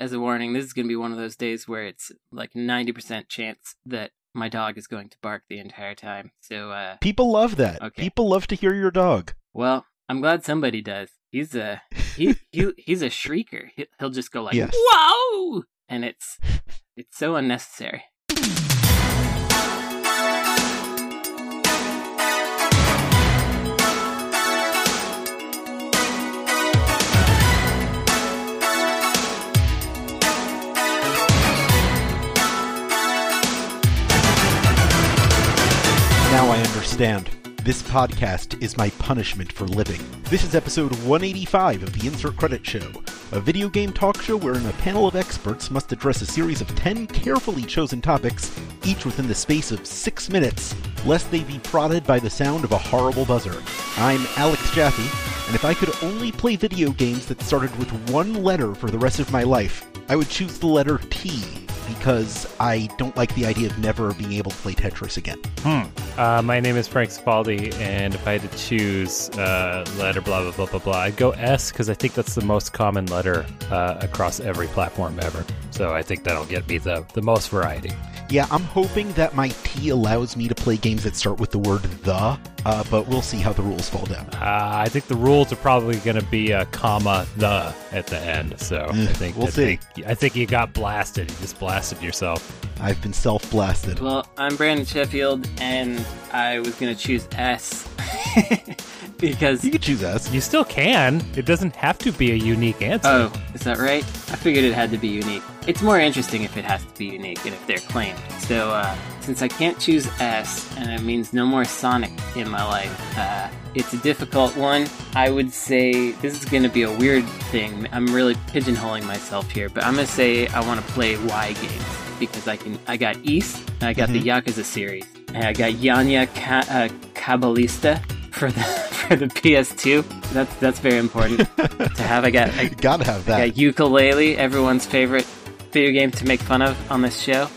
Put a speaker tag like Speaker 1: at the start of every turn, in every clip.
Speaker 1: as a warning, this is going to be one of those days where it's like 90% chance that my dog is going to bark the entire time. So, uh,
Speaker 2: People love that.
Speaker 1: Okay.
Speaker 2: People love to hear your dog.
Speaker 1: well, I'm glad somebody does. He's a he, he he's a shrieker. He- He'll just go like,
Speaker 2: Yes.
Speaker 1: "Whoa!" and it's it's so unnecessary.
Speaker 2: Now I understand. This podcast is my punishment for living. This is episode 185 of the Insert Credit Show, a video game talk show wherein a panel of experts must address a series of 10 carefully chosen topics, each within the space of 6 minutes, lest they be prodded by the sound of a horrible buzzer. I'm Alex Jaffe, and if I could only play video games that started with one letter for the rest of my life, I would choose the letter T because I don't like the idea of never being able to play Tetris again.
Speaker 3: Hmm. Uh, my name is Frank Spaldi, and if I had to choose uh, letter blah blah blah blah blah, I'd go S because I think that's the most common letter uh, across every platform ever. So I think that'll get me the the most variety.
Speaker 2: Yeah, I'm hoping that my T allows me to play games that start with the word the, uh, but we'll see how the rules fall down.
Speaker 3: Uh, I think the rules are probably going to be a comma the at the end. So I
Speaker 2: Mm,
Speaker 3: think
Speaker 2: we'll
Speaker 3: I
Speaker 2: see.
Speaker 3: Think, I think you got blasted. You just blasted yourself.
Speaker 2: I've been self blasted.
Speaker 1: Well, I'm Brandon Sheffield, and I was going to choose S because
Speaker 2: You could choose S.
Speaker 3: You still can. It doesn't have to be a unique answer.
Speaker 1: Oh, is that right? I figured it had to be unique. It's more interesting if it has to be unique and if they're claimed. So, uh, since I can't choose S and it means no more Sonic in my life, uh, it's a difficult one. I would say this is going to be a weird thing. I'm really pigeonholing myself here, but I'm going to say I want to play Y games because I can. I got East, and I got the Yakuza series, and I got Yanya Ka- uh, Cabalista for the for the PS2. That's that's very important to have. I got I,
Speaker 2: Gotta have that.
Speaker 1: yeah, ukulele, everyone's favorite video game to make fun of on this show.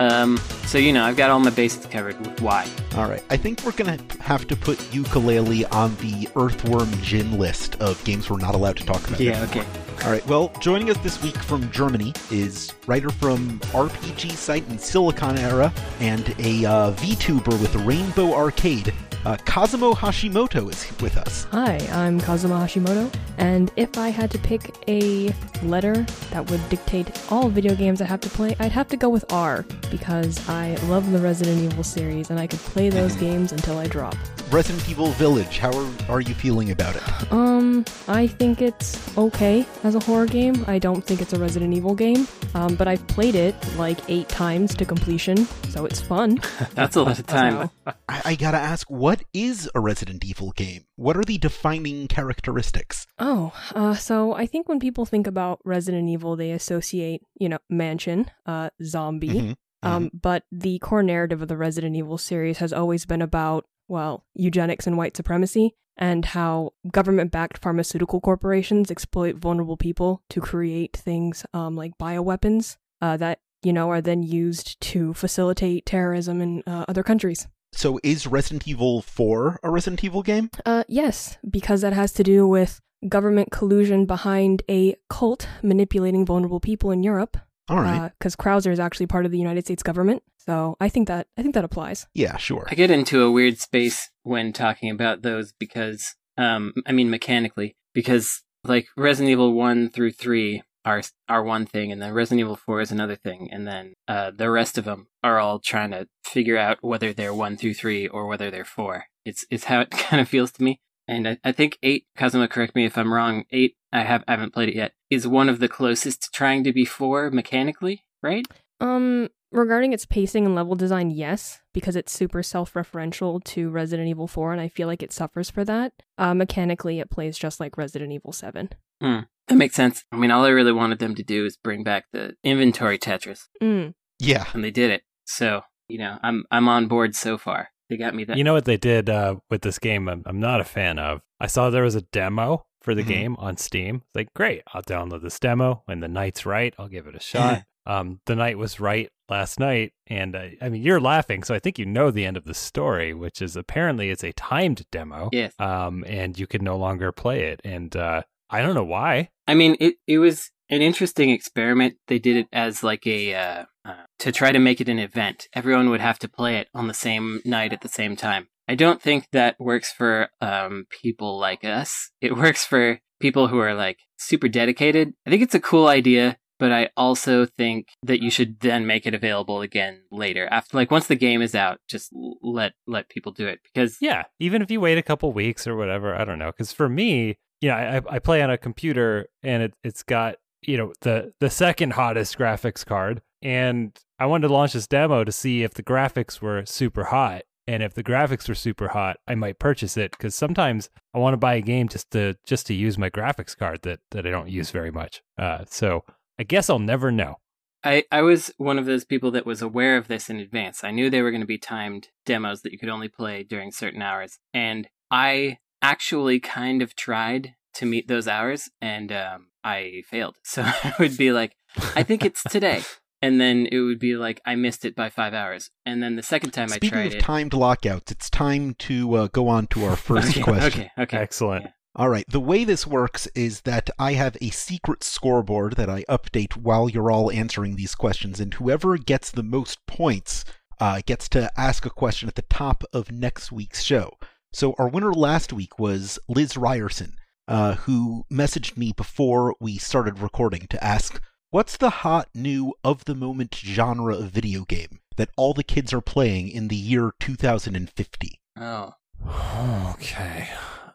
Speaker 1: Um, so you know, I've got all my bases covered with Y.
Speaker 2: All right. I think we're gonna have to put ukulele on the Earthworm Jim list of games we're not allowed to talk about.
Speaker 1: Yeah, okay.
Speaker 2: All right. Well, joining us this week from Germany is writer from RPG site and Silicon Era and a uh, VTuber with Rainbow Arcade. Uh, Kazamo Hashimoto is with us.
Speaker 4: Hi, I'm Kazuma Hashimoto, and if I had to pick a letter that would dictate all video games I have to play, I'd have to go with R, because I love the Resident Evil series and I could play those games until I drop.
Speaker 2: Resident Evil Village. How are, are you feeling about it?
Speaker 4: Um, I think it's okay as a horror game. I don't think it's a Resident Evil game, um, but I've played it like eight times to completion, so it's fun.
Speaker 1: That's a lot of time.
Speaker 4: So-
Speaker 2: I, I gotta ask, what is a Resident Evil game? What are the defining characteristics?
Speaker 4: Oh, uh, so I think when people think about Resident Evil, they associate, you know, mansion, uh, zombie.
Speaker 2: Mhm,
Speaker 4: Um, but the core narrative of the Resident Evil series has always been about, well, eugenics and white supremacy, and how government backed pharmaceutical corporations exploit vulnerable people to create things um, like bioweapons uh, that, you know, are then used to facilitate terrorism in uh, other countries.
Speaker 2: So is Resident Evil 4 a Resident Evil game?
Speaker 4: Uh, yes, because that has to do with government collusion behind a cult manipulating vulnerable people in Europe.
Speaker 2: All right.
Speaker 1: Uh,
Speaker 4: Because Krauser is actually part of the United States government, so I think that I think that applies.
Speaker 2: yeah, sure.
Speaker 1: I get into a weird space when talking about those because, um, I mean, mechanically, because like Resident Evil one through three are are one thing, and then Resident Evil four is another thing, and then uh, the rest of them are all trying to figure out whether they're one through three or whether they're four. It's it's how it kind of feels to me. And I, I think eight, Kazuma, correct me if I'm wrong. Eight, I have I haven't played it yet. Is one of the closest to trying to be four mechanically, right?
Speaker 4: Um, regarding its pacing and level design, yes, because it's super self-referential to Resident Evil 4, and I feel like it suffers for that. Uh, mechanically, it plays just like Resident Evil 7.
Speaker 1: That makes sense. I mean, all I really wanted them to do is bring back the inventory Tetris,
Speaker 4: Mm.
Speaker 2: Yeah.
Speaker 1: and they did it. So you know, I'm I'm on board so far. They got me that.
Speaker 3: You know what they did uh, with this game? I'm, I'm not a fan of. I saw there was a demo for the
Speaker 2: Mhm.
Speaker 3: game on Steam. It's like, great, I'll download this demo. When the night's right, I'll give it a shot. um, the night was right last night, and uh, I mean, you're laughing, so I think you know the end of the story, which is apparently it's a timed demo.
Speaker 1: yes.
Speaker 3: Um, and you can no longer play it, and uh, I don't know why.
Speaker 1: I mean, it it was an interesting experiment. They did it as like a uh, uh, to try to make it an event. Everyone would have to play it on the same night at the same time. I don't think that works for um, people like us. It works for people who are like super dedicated. I think it's a cool idea, but I also think that you should then make it available again later. After like once the game is out, just l- let let people do it because
Speaker 3: Yeah, even if you wait a couple weeks or whatever, I don't know. Because for me, you know, I, I play on a computer and it, it's got you know the the second hottest graphics card, and I wanted to launch this demo to see if the graphics were super hot. And if the graphics were super hot, I might purchase it because sometimes I want to buy a game just to just to use my graphics card that that I don't use very much. Uh, so I guess I'll never know.
Speaker 1: I, I was one of those people that was aware of this in advance. I knew they were going to be timed demos that you could only play during certain hours. And I actually kind of tried to meet those hours and um, I failed. So I would be like, I think it's today. And then it would be like, I missed it by five hours. And then the second time I
Speaker 2: Speaking
Speaker 1: tried
Speaker 2: of
Speaker 1: it.
Speaker 2: timed lockouts, it's time to uh, go on to our first
Speaker 1: okay,
Speaker 2: question.
Speaker 1: okay, okay.
Speaker 3: Excellent.
Speaker 2: All right. The way this works is that I have a secret scoreboard that I update while you're all answering these questions, and whoever gets the most points uh, gets to ask a question at the top of next week's show. So our winner last week was Liz Ryerson, uh, who messaged me before we started recording to ask, "What's the hot new of the moment genre of video game that all the kids are playing in the year 2050?"
Speaker 1: Oh,
Speaker 3: Okay.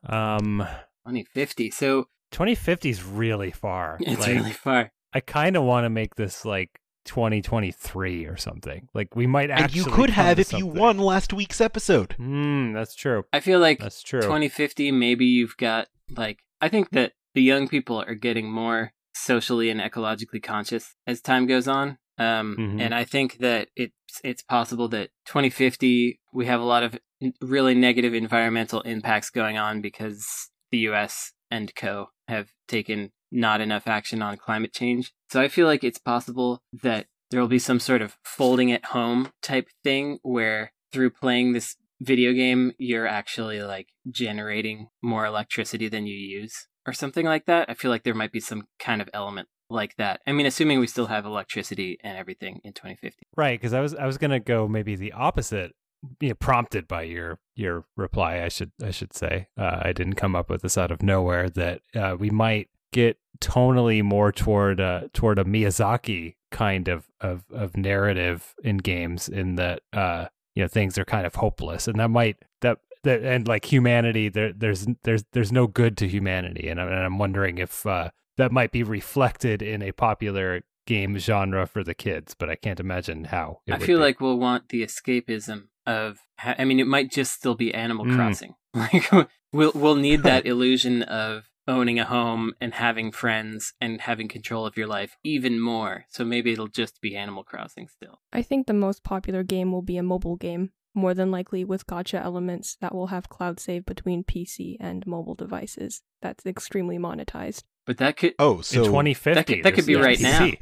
Speaker 3: Um,
Speaker 1: 2050. So
Speaker 3: 2050 is really far.
Speaker 1: it's
Speaker 3: Like,
Speaker 1: really far.
Speaker 3: I kind of want to make this like 2023 or something. Like we might
Speaker 2: And
Speaker 3: actually.
Speaker 2: you could
Speaker 3: come
Speaker 2: have
Speaker 3: to
Speaker 2: if you
Speaker 3: something.
Speaker 2: won last week's episode.
Speaker 3: Hmm, that's true.
Speaker 1: I feel like
Speaker 3: That's true.
Speaker 1: 2050 maybe you've got like i think that the young people are getting more socially and ecologically conscious as time goes on um,
Speaker 3: Mhm.
Speaker 1: and i think that it's it's possible that 2050 we have a lot of n- really negative environmental impacts going on because the us and co have taken not enough action on climate change so i feel like it's possible that there will be some sort of folding at home type thing where through playing this video game you're actually like generating more electricity than you use or something like that i feel like there might be some kind of element like that i mean assuming we still have electricity and everything in 2050
Speaker 3: Right, because I was I was gonna go maybe the opposite. You know, prompted by your your reply, I should I should say uh, I didn't come up with this out of nowhere. That uh, we might get tonally more toward uh, toward a Miyazaki kind of of of narrative in games, in that uh, you know things are kind of hopeless, and that might that that and like humanity, there there's there's there's no good to humanity, and, I, and I'm wondering if uh, that might be reflected in a popular game genre for the kids, but I can't imagine how. it
Speaker 1: i
Speaker 3: would
Speaker 1: feel
Speaker 3: be.
Speaker 1: like we'll want the escapism of ha- i mean it might just still be animal
Speaker 3: Mm.
Speaker 1: crossing like we'll we'll need that illusion of owning a home and having friends and having control of your life even more so maybe it'll just be animal crossing still
Speaker 4: I think the most popular game will be a mobile game, more than likely with gotcha elements that will have cloud save between PC and mobile devices. That's extremely monetized.
Speaker 1: but that could
Speaker 2: Oh,
Speaker 3: in
Speaker 2: so
Speaker 3: 2050,
Speaker 1: that could, that could be
Speaker 3: there's-
Speaker 1: right
Speaker 3: yeah,
Speaker 1: now
Speaker 3: PC.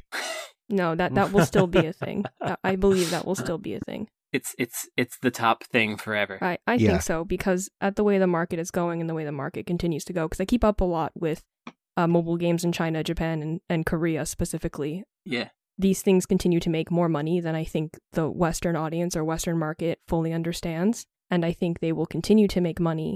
Speaker 4: No, that that will still be a thing. That- I believe that will still be a thing.
Speaker 1: it's it's it's the top thing forever
Speaker 4: I, I
Speaker 2: Yeah.
Speaker 4: think so because at the way the market is going and the way the market continues to go, because I keep up a lot with uh, mobile games in China, Japan, and, and Korea specifically.
Speaker 1: yeah
Speaker 4: These things continue to make more money than I think the Western audience or Western market fully understands. And I think they will continue to make money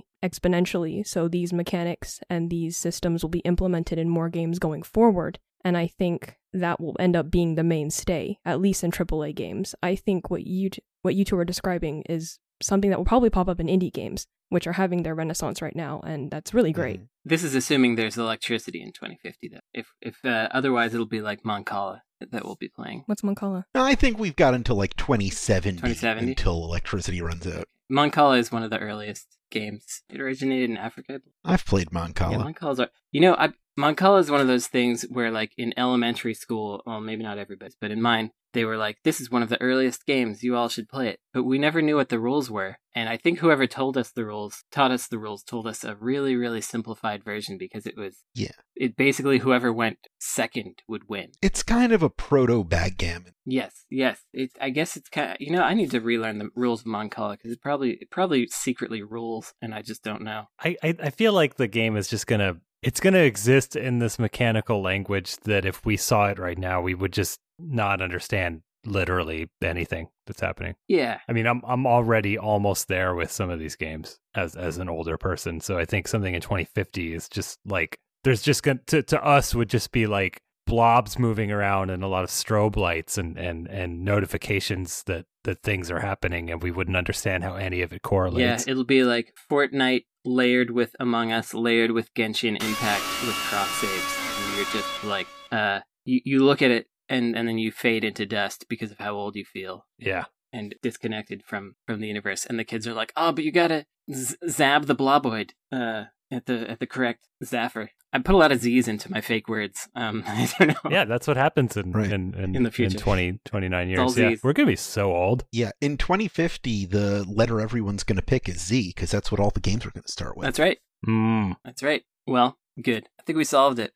Speaker 4: exponentially. So these mechanics and these systems will be implemented in more games going forward. And I think that will end up being the mainstay, at least in AAA games. I think what you t- what you two are describing is something that will probably pop up in indie games, which are having their renaissance right now, and that's really great.
Speaker 2: Mm.
Speaker 1: This is assuming there's electricity in 2050, though. If if uh, otherwise, it'll be like Moncala that, that we'll be playing.
Speaker 4: What's Moncala?
Speaker 2: No, I think we've got until like 2070,
Speaker 1: 2070?
Speaker 2: until electricity runs out.
Speaker 1: Moncala is one of the earliest games. It originated in Africa. I believe.
Speaker 2: I've played
Speaker 1: Yeah,
Speaker 2: Moncala.
Speaker 1: Moncala's are. You know, I, Moncala is one of those things where, like, in elementary school, well, maybe not everybody's, but in mine, they were like, "This is one of the earliest games. You all should play it." But we never knew what the rules were, and I think whoever told us the rules, taught us the rules, told us a really, really simplified version because it was
Speaker 2: Yeah.
Speaker 1: It basically whoever went second would win.
Speaker 2: It's kind of a proto backgammon.
Speaker 1: Yes, yes. It, I guess it's kind. Of, you know, I need to relearn the rules of Moncala because it probably it probably secretly rules rules, and I just don't know.
Speaker 3: I, I, I feel like the game is just gonna it's gonna exist in this mechanical language that if we saw it right now, we would just not understand literally anything that's happening.
Speaker 1: Yeah,
Speaker 3: I mean, I'm I'm already almost there with some of these games as as an older person, so I think something in 2050 is just like there's just gonna to, to us would just be like blobs moving around and a lot of strobe lights and and and notifications that that things are happening and we wouldn't understand how any of it
Speaker 1: yeah,
Speaker 3: correlates.
Speaker 1: it'll be like Fortnite layered with Among Us, layered with Genshin Impact with cross saves, and you're just like, uh, you, you look at it and and then you fade into dust because of how old you feel.
Speaker 3: yeah.
Speaker 1: and disconnected from from the universe and the kids are like oh but you gotta z- zab the bloboid uh at the at the correct zaffer i put a lot of z's into my fake words um i don't know
Speaker 3: yeah, that's what happens in
Speaker 2: Right.
Speaker 3: in, in,
Speaker 1: In the future.
Speaker 3: in 20, 29
Speaker 1: It's all
Speaker 3: years. Yeah,
Speaker 1: Zs.
Speaker 3: we're gonna be so old.
Speaker 2: Yeah, in 2050, the letter everyone's going to pick is Z because that's what all the games are going to start with.
Speaker 1: that's right
Speaker 3: Mm.
Speaker 1: that's right well good i think we solved it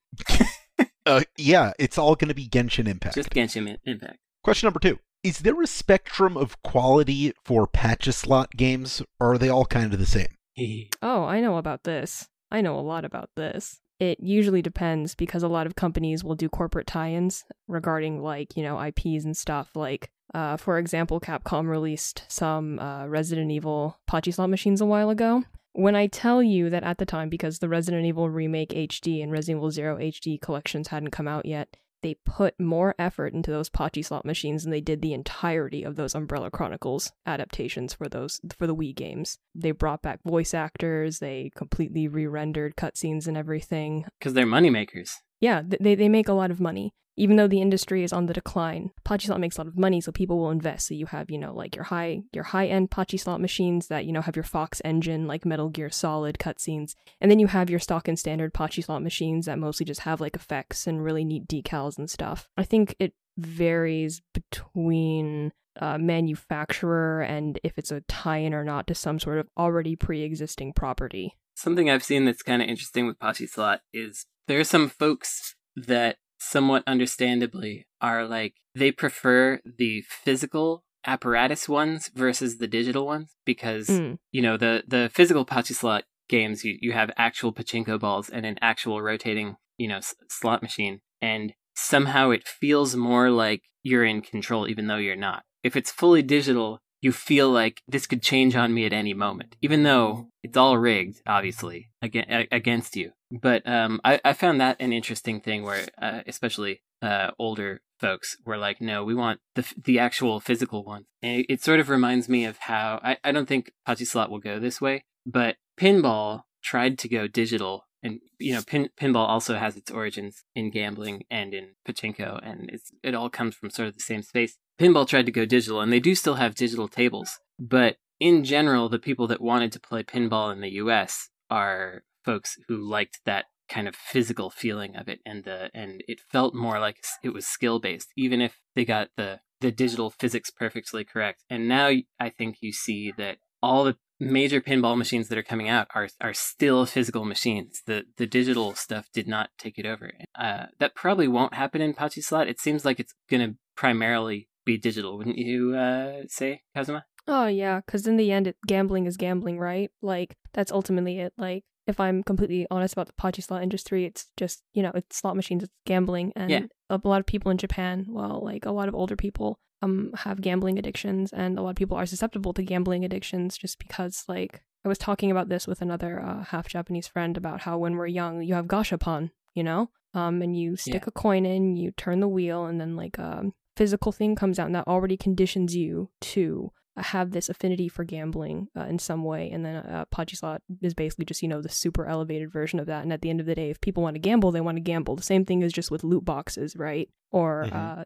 Speaker 2: Uh, yeah, it's all going to be Genshin Impact.
Speaker 1: just genshin Im- impact
Speaker 2: Question number two. Is there a spectrum of quality for patch a slot games, or are they all kind of the same?
Speaker 4: Oh, I know about this. I know a lot about this. It usually depends because a lot of companies will do corporate tie ins regarding, like, you know, IPs and stuff. Like, uh, for example, Capcom released some uh, Resident Evil Pachi slot machines a while ago. When I tell you that at the time, because the Resident Evil Remake HD and Resident Evil Zero HD collections hadn't come out yet, they put more effort into those Pachi slot machines than they did the entirety of those Umbrella Chronicles adaptations for those for the Wii games. They brought back voice actors, they completely re-rendered cutscenes and everything.
Speaker 1: because they're moneymakers
Speaker 4: Yeah, th- they they make a lot of money. Even though the industry is on the decline, Pachi slot makes a lot of money, so people will invest. So you have, you know, like your high your high end Pachi slot machines that, you know, have your Fox engine, like Metal Gear Solid cutscenes. And then you have your stock and standard Pachi slot machines that mostly just have like effects and really neat decals and stuff. I think it varies between uh, manufacturer and if it's a tie-in or not to some sort of already pre-existing property.
Speaker 1: something I've seen that's kind of interesting with Pachi Slot is there are some folks that somewhat understandably are like they prefer the physical apparatus ones versus the digital ones because
Speaker 4: Mm.
Speaker 1: you know the the physical Pachi Slot games you, you have actual pachinko balls and an actual rotating you know s- slot machine and somehow it feels more like you're in control even though you're not if it's fully digital you feel like this could change on me at any moment even though it's all rigged obviously aga- a- against you but um, I, I found that an interesting thing where uh, especially uh, older folks were like no we want the, f- the actual physical one and it, it sort of reminds me of how i, I don't think pachi slot will go this way but pinball tried to go digital and you know pin, pinball also has its origins in gambling and in pachinko and it's it all comes from sort of the same space pinball tried to go digital and they do still have digital tables but in general the people that wanted to play pinball in the US are folks who liked that kind of physical feeling of it and the and it felt more like s- it was skill based even if they got the the digital physics perfectly correct and now y- i think you see that all the major pinball machines that are coming out are are still physical machines. The the digital stuff did not take it over. Uh, that probably won't happen in Pachi Slot. It seems like it's going to primarily be digital, wouldn't you uh, say, Kazuma?
Speaker 4: Oh yeah, because in the end, it, gambling is gambling, right? Like that's ultimately it. Like if I'm completely honest about the pachi slot industry, it's just you know it's slot machines, it's gambling, and
Speaker 1: Yeah.
Speaker 4: a lot of people in Japan, well, like a lot of older people, um, have gambling addictions, and a lot of people are susceptible to gambling addictions just because like I was talking about this with another uh, half Japanese friend about how when we're young, you have gashapon, you know, um, and you stick
Speaker 1: Yeah.
Speaker 4: a coin in, you turn the wheel, and then like a physical thing comes out, and that already conditions you to have this affinity for gambling uh, in some way. And then uh, Podgy Slot is basically just you know the super elevated version of that. And at the end of the day, if people want to gamble, they want to gamble. The same thing is just with loot boxes, right? Or
Speaker 2: Mhm.
Speaker 4: uh,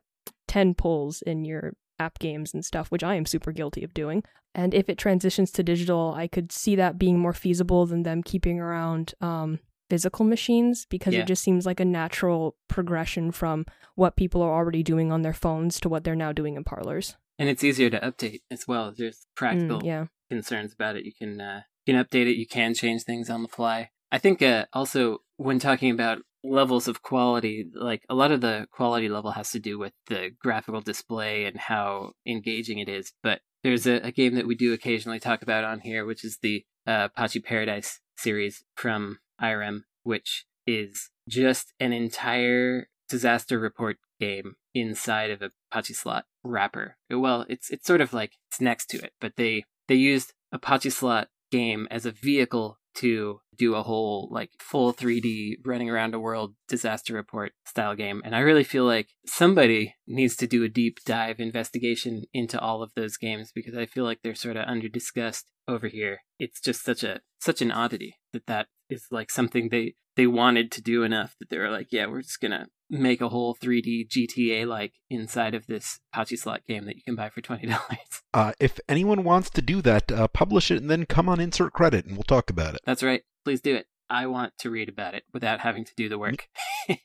Speaker 4: ten pulls in your app games and stuff, which I am super guilty of doing. And if it transitions to digital, I could see that being more feasible than them keeping around um, physical machines because
Speaker 1: Yeah.
Speaker 4: it just seems like a natural progression from what people are already doing on their phones to what they're now doing in parlors.
Speaker 1: And it's easier to update as well. There's
Speaker 4: Mm,
Speaker 1: practical
Speaker 4: yeah.
Speaker 1: concerns about it. You can uh, you can update it. You can change things on the fly. I think uh, also when talking about levels of quality, like a lot of the quality level has to do with the graphical display and how engaging it is. But there's a, a game that we do occasionally talk about on here, which is the uh, Pachi Paradise series from IRM, which is just an entire disaster report game inside of a Pachi slot wrapper. Well, it's it's sort of like it's next to it, but they they used a Pachi slot game as a vehicle to do a whole like full 3D running around a world disaster report style game. And I really feel like somebody needs to do a deep dive investigation into all of those games because I feel like they're sort of under discussed over here. It's just such a such an oddity that that is like something they they wanted to do enough that they were like, yeah, we're just gonna make a whole 3D GTA like inside of this Pachi slot game that you can buy for twenty dollars.
Speaker 2: Uh, if anyone wants to do that, uh, publish it and then come on insert credit and we'll talk about it.
Speaker 1: That's right. Please do it. I want to read about it without having to do the work.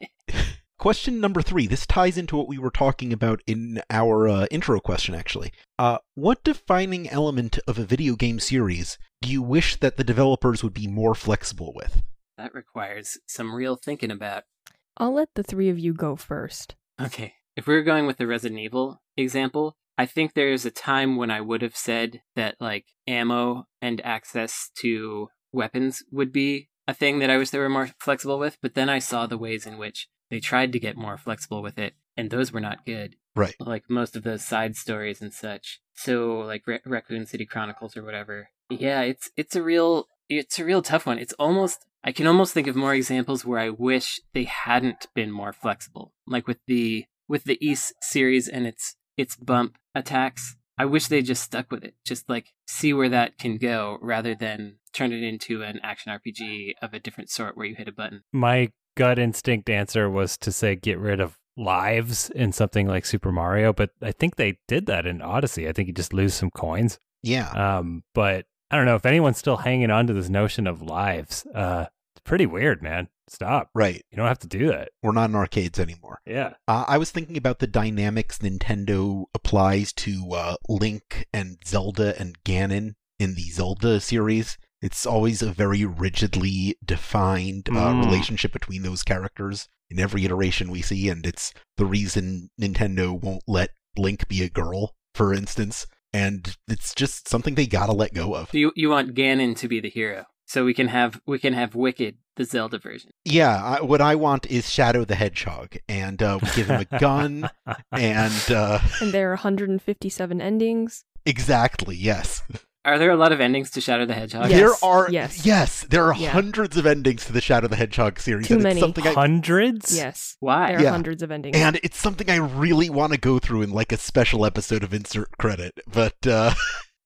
Speaker 2: Question number three. This ties into what we were talking about in our uh, intro question, actually. Uh, what defining element of a video game series do you wish that the developers would be more flexible with?
Speaker 1: that requires some real thinking about.
Speaker 4: I'll let the three of you go first.
Speaker 1: Okay. If we were going with the Resident Evil example, I think there's a time when I would have said that like ammo and access to weapons would be a thing that I wish they were more flexible with, but then I saw the ways in which they tried to get more flexible with it, and those were not good.
Speaker 2: Right.
Speaker 1: Like most of those side stories and such. So like Ra- Raccoon City Chronicles or whatever. Yeah, it's it's a real it's a real tough one. It's almost I can almost think of more examples where I wish they hadn't been more flexible. Like with the with the East series and its its bump attacks. I wish they just stuck with it. Just like see where that can go rather than turn it into an action RPG of a different sort where you hit a button.
Speaker 3: My gut instinct answer was to say get rid of lives in something like Super Mario, but I think they did that in Odyssey. I think you just lose some coins.
Speaker 2: Yeah.
Speaker 3: Um, but I don't know if anyone's still hanging on to this notion of lives. Uh, it's pretty weird, man. Stop.
Speaker 2: Right.
Speaker 3: You don't have to do that.
Speaker 2: We're not in arcades anymore.
Speaker 3: Yeah.
Speaker 2: Uh, I was thinking about the dynamics Nintendo applies to uh, Link and Zelda and Ganon in the Zelda series. It's always a very rigidly defined uh,
Speaker 3: Mm.
Speaker 2: relationship between those characters in every iteration we see, and it's the reason Nintendo won't let Link be a girl, for instance. And it's just something they gotta let go of.
Speaker 1: So you you want Ganon to be the hero. So we can have we can have Wicked, the Zelda version.
Speaker 2: Yeah, I, what I want is Shadow the Hedgehog, and uh, we give him a gun, and uh,
Speaker 4: And there are 157 endings.
Speaker 2: exactly, yes.
Speaker 1: Are there a lot of endings to Shadow the Hedgehog?
Speaker 4: Yeah.
Speaker 2: There
Speaker 4: Yes,
Speaker 2: are yes.
Speaker 4: yes.
Speaker 2: there are
Speaker 4: Yeah.
Speaker 2: hundreds of endings to the Shadow the Hedgehog series.
Speaker 4: Too
Speaker 2: and
Speaker 4: many.
Speaker 2: It's something I,
Speaker 3: Hundreds?
Speaker 4: Yes.
Speaker 1: Why?
Speaker 4: There are
Speaker 2: Uh, Yeah.
Speaker 4: hundreds of endings.
Speaker 2: and it's something I really want to go through in like a special episode of Insert Credit, but uh,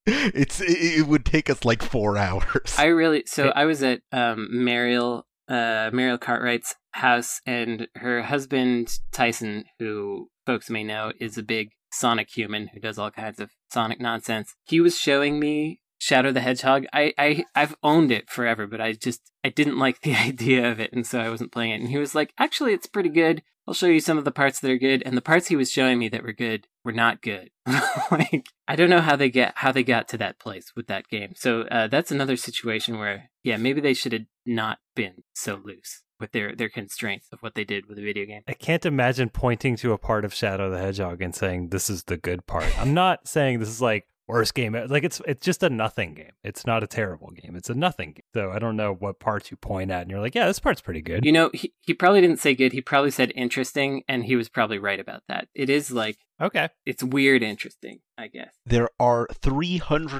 Speaker 2: it's it, it would take us like four hours.
Speaker 1: I really so I was at um Mariel uh Mariel Cartwright's house and her husband Tyson, who folks may know is a big Sonic human who does all kinds of Sonic nonsense. He was showing me Shadow the Hedgehog. I, I I've owned it forever, but I just I didn't like the idea of it and so I wasn't playing it. And he was like, actually it's pretty good. I'll show you some of the parts that are good and the parts he was showing me that were good were not good. like I don't know how they get how they got to that place with that game. So uh, that's another situation where yeah, maybe they should have not been so loose with their their constraints of what they did with the video game.
Speaker 3: I can't imagine pointing to a part of Shadow the Hedgehog and saying this is the good part. I'm not saying this is like worst game. ever. Like it's it's just a nothing game. It's not a terrible game. It's a nothing game. So I don't know what parts you point at and you're like, yeah, this part's pretty good.
Speaker 1: You know, he, he probably didn't say good. He probably said interesting, and he was probably right about that. It is like
Speaker 3: okay.
Speaker 1: it's weird, interesting, I guess.
Speaker 2: there are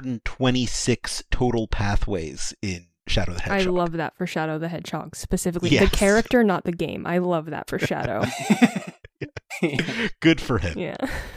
Speaker 2: 326 total pathways in Shadow the
Speaker 4: I
Speaker 2: Hedgehog.
Speaker 4: love that for Shadow the Hedgehog specifically.
Speaker 2: Yes.
Speaker 4: The character, not the game. I love that for Shadow.
Speaker 2: Good for him.
Speaker 4: yeah.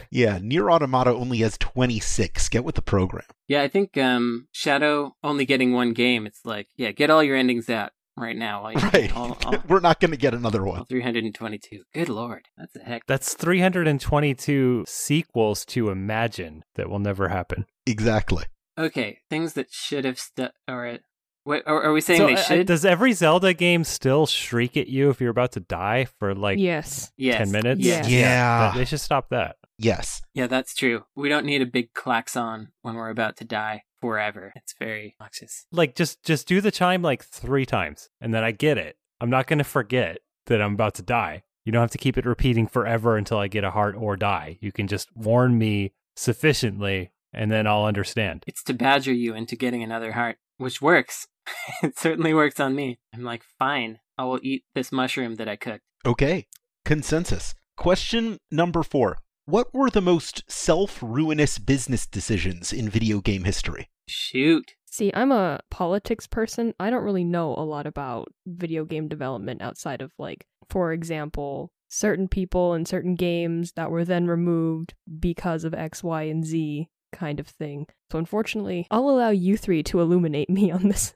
Speaker 2: Yeah, Near Automata only has 26. Get with the program.
Speaker 1: yeah, I think um, Shadow only getting one game. It's like yeah, get all your endings out right now. Like,
Speaker 2: Right.
Speaker 1: All, all,
Speaker 2: We're not going to get another
Speaker 1: all
Speaker 2: one.
Speaker 1: 322. Good lord, that's a heck.
Speaker 3: That's 322 sequels to Imagine that will never happen.
Speaker 2: Exactly.
Speaker 1: Okay, things that should have stuck. Or what? Are, are we saying
Speaker 3: So,
Speaker 1: they
Speaker 3: uh,
Speaker 1: should?
Speaker 3: does every Zelda game still shriek at you if you're about to die for like
Speaker 4: yes.
Speaker 1: yes.
Speaker 3: 10 minutes?
Speaker 4: Yes.
Speaker 2: Yeah. Yeah.
Speaker 3: They should stop that.
Speaker 2: Yes.
Speaker 1: Yeah, that's true. We don't need a big klaxon when we're about to die forever. It's very noxious.
Speaker 3: like just just do the chime like three times and then i get it i'm not going to forget that i'm about to die you don't have to keep it repeating forever until i get a heart or die you can just warn me sufficiently and then i'll understand
Speaker 1: It's to badger you into getting another heart. which works. it certainly works on me. I'm like, fine, I will eat this mushroom that I cooked.
Speaker 2: Okay. Consensus. Question number four. What were the most self ruinous business decisions in video game history?
Speaker 1: Shoot.
Speaker 4: See, I'm a politics person. I don't really know a lot about video game development outside of, like, for example, certain people in certain games that were then removed because of X, Y, and Z kind of thing. So, unfortunately, I'll allow you three to illuminate me on this.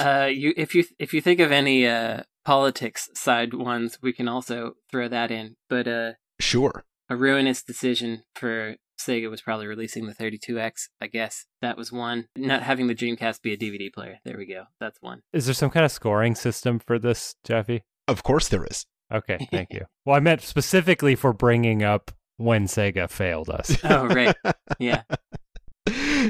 Speaker 1: Uh, you if you if you think of any uh politics side ones, we can also throw that in. But uh,
Speaker 2: Sure.
Speaker 1: a ruinous decision for Sega was probably releasing the 32X. I guess that was one. Not having the Dreamcast be a DVD player. There we go. That's one.
Speaker 3: Is there some kind of scoring system for this, Jeffy?
Speaker 2: Of course there is.
Speaker 3: Okay, thank you. Well, I meant specifically for bringing up when Sega failed us.
Speaker 1: Oh right. Yeah.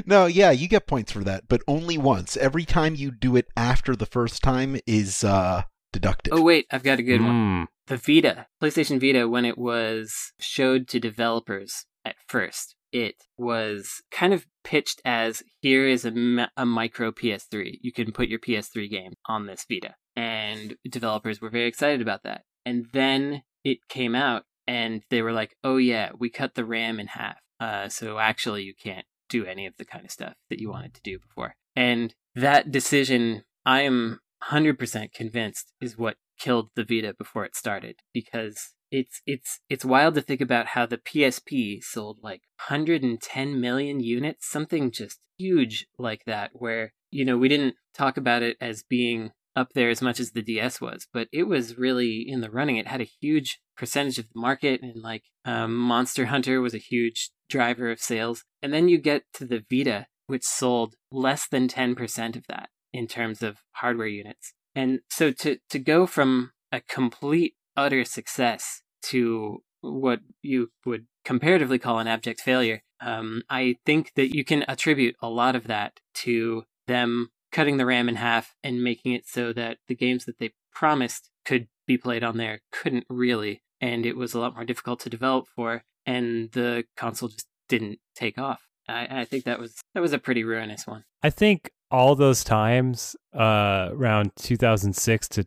Speaker 2: No, yeah, you get points for that, but only once. Every time you do it after the first time is uh deducted.
Speaker 1: Oh wait, I've got a good one.
Speaker 3: Mm.
Speaker 1: the Vita, PlayStation Vita, when it was showed to developers at first, it was kind of pitched as here is a, mi- a micro PS3. You can put your PS3 game on this Vita. And developers were very excited about that. And then it came out and they were like, oh yeah, we cut the RAM in half. Uh, so actually, you can't do any of the kind of stuff that you wanted to do before. And that decision, I am 100% convinced is what killed the Vita before it started because it's it's it's wild to think about how the PSP sold like 110 million units something just huge like that where you know we didn't talk about it as being up there as much as the DS was but it was really in the running it had a huge percentage of the market and like um, Monster Hunter was a huge driver of sales and then you get to the Vita which sold less than 10% of that in terms of hardware units. And so to to go from a complete utter success to what you would comparatively call an abject failure, um, I think that you can attribute a lot of that to them cutting the RAM in half and making it so that the games that they promised could be played on there couldn't really, and it was a lot more difficult to develop for, and the console just didn't take off. I, I think that was that was a pretty ruinous one.
Speaker 3: I think all those times uh, around 2006 to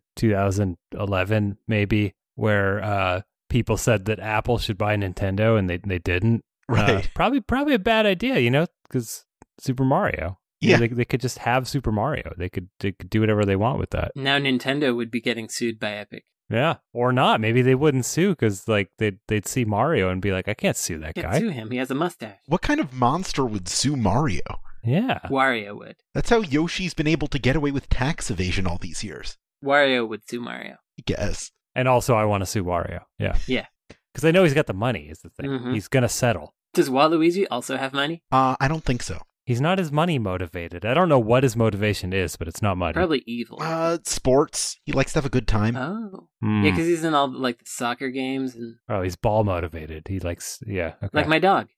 Speaker 3: 2011, maybe, where uh, people said that Apple should buy Nintendo and they, they didn't. uh,
Speaker 2: right.
Speaker 3: probably probably a bad idea, you know, because Super Mario. You
Speaker 2: Yeah.
Speaker 3: know, they, they could just have Super Mario. They could, they could do whatever they want with that.
Speaker 1: Now Nintendo would be getting sued by Epic.
Speaker 3: Yeah, or not. Maybe they wouldn't sue because like they'd they'd see Mario and be like, I can't sue that
Speaker 1: Can't
Speaker 3: guy.
Speaker 1: sue him. He has a mustache.
Speaker 2: What kind of monster would sue Mario?
Speaker 3: Yeah,
Speaker 1: Wario would.
Speaker 2: That's how Yoshi's been able to get away with tax evasion all these years.
Speaker 1: Wario would sue Mario.
Speaker 2: I guess.
Speaker 3: and also I want to sue Wario. Yeah,
Speaker 1: Yeah.
Speaker 3: because I know he's got the money. Is the thing
Speaker 1: Mhm.
Speaker 3: he's gonna settle.
Speaker 1: Does Waluigi also have money?
Speaker 2: Uh I don't think so.
Speaker 3: He's not as money motivated. I don't know what his motivation is, but it's not money.
Speaker 1: Probably evil.
Speaker 2: Uh sports. He likes to have a good time.
Speaker 1: oh,
Speaker 3: Hmm.
Speaker 1: yeah, because he's in all like the soccer games and
Speaker 3: oh, he's ball motivated. He likes yeah. Okay.
Speaker 1: like my dog.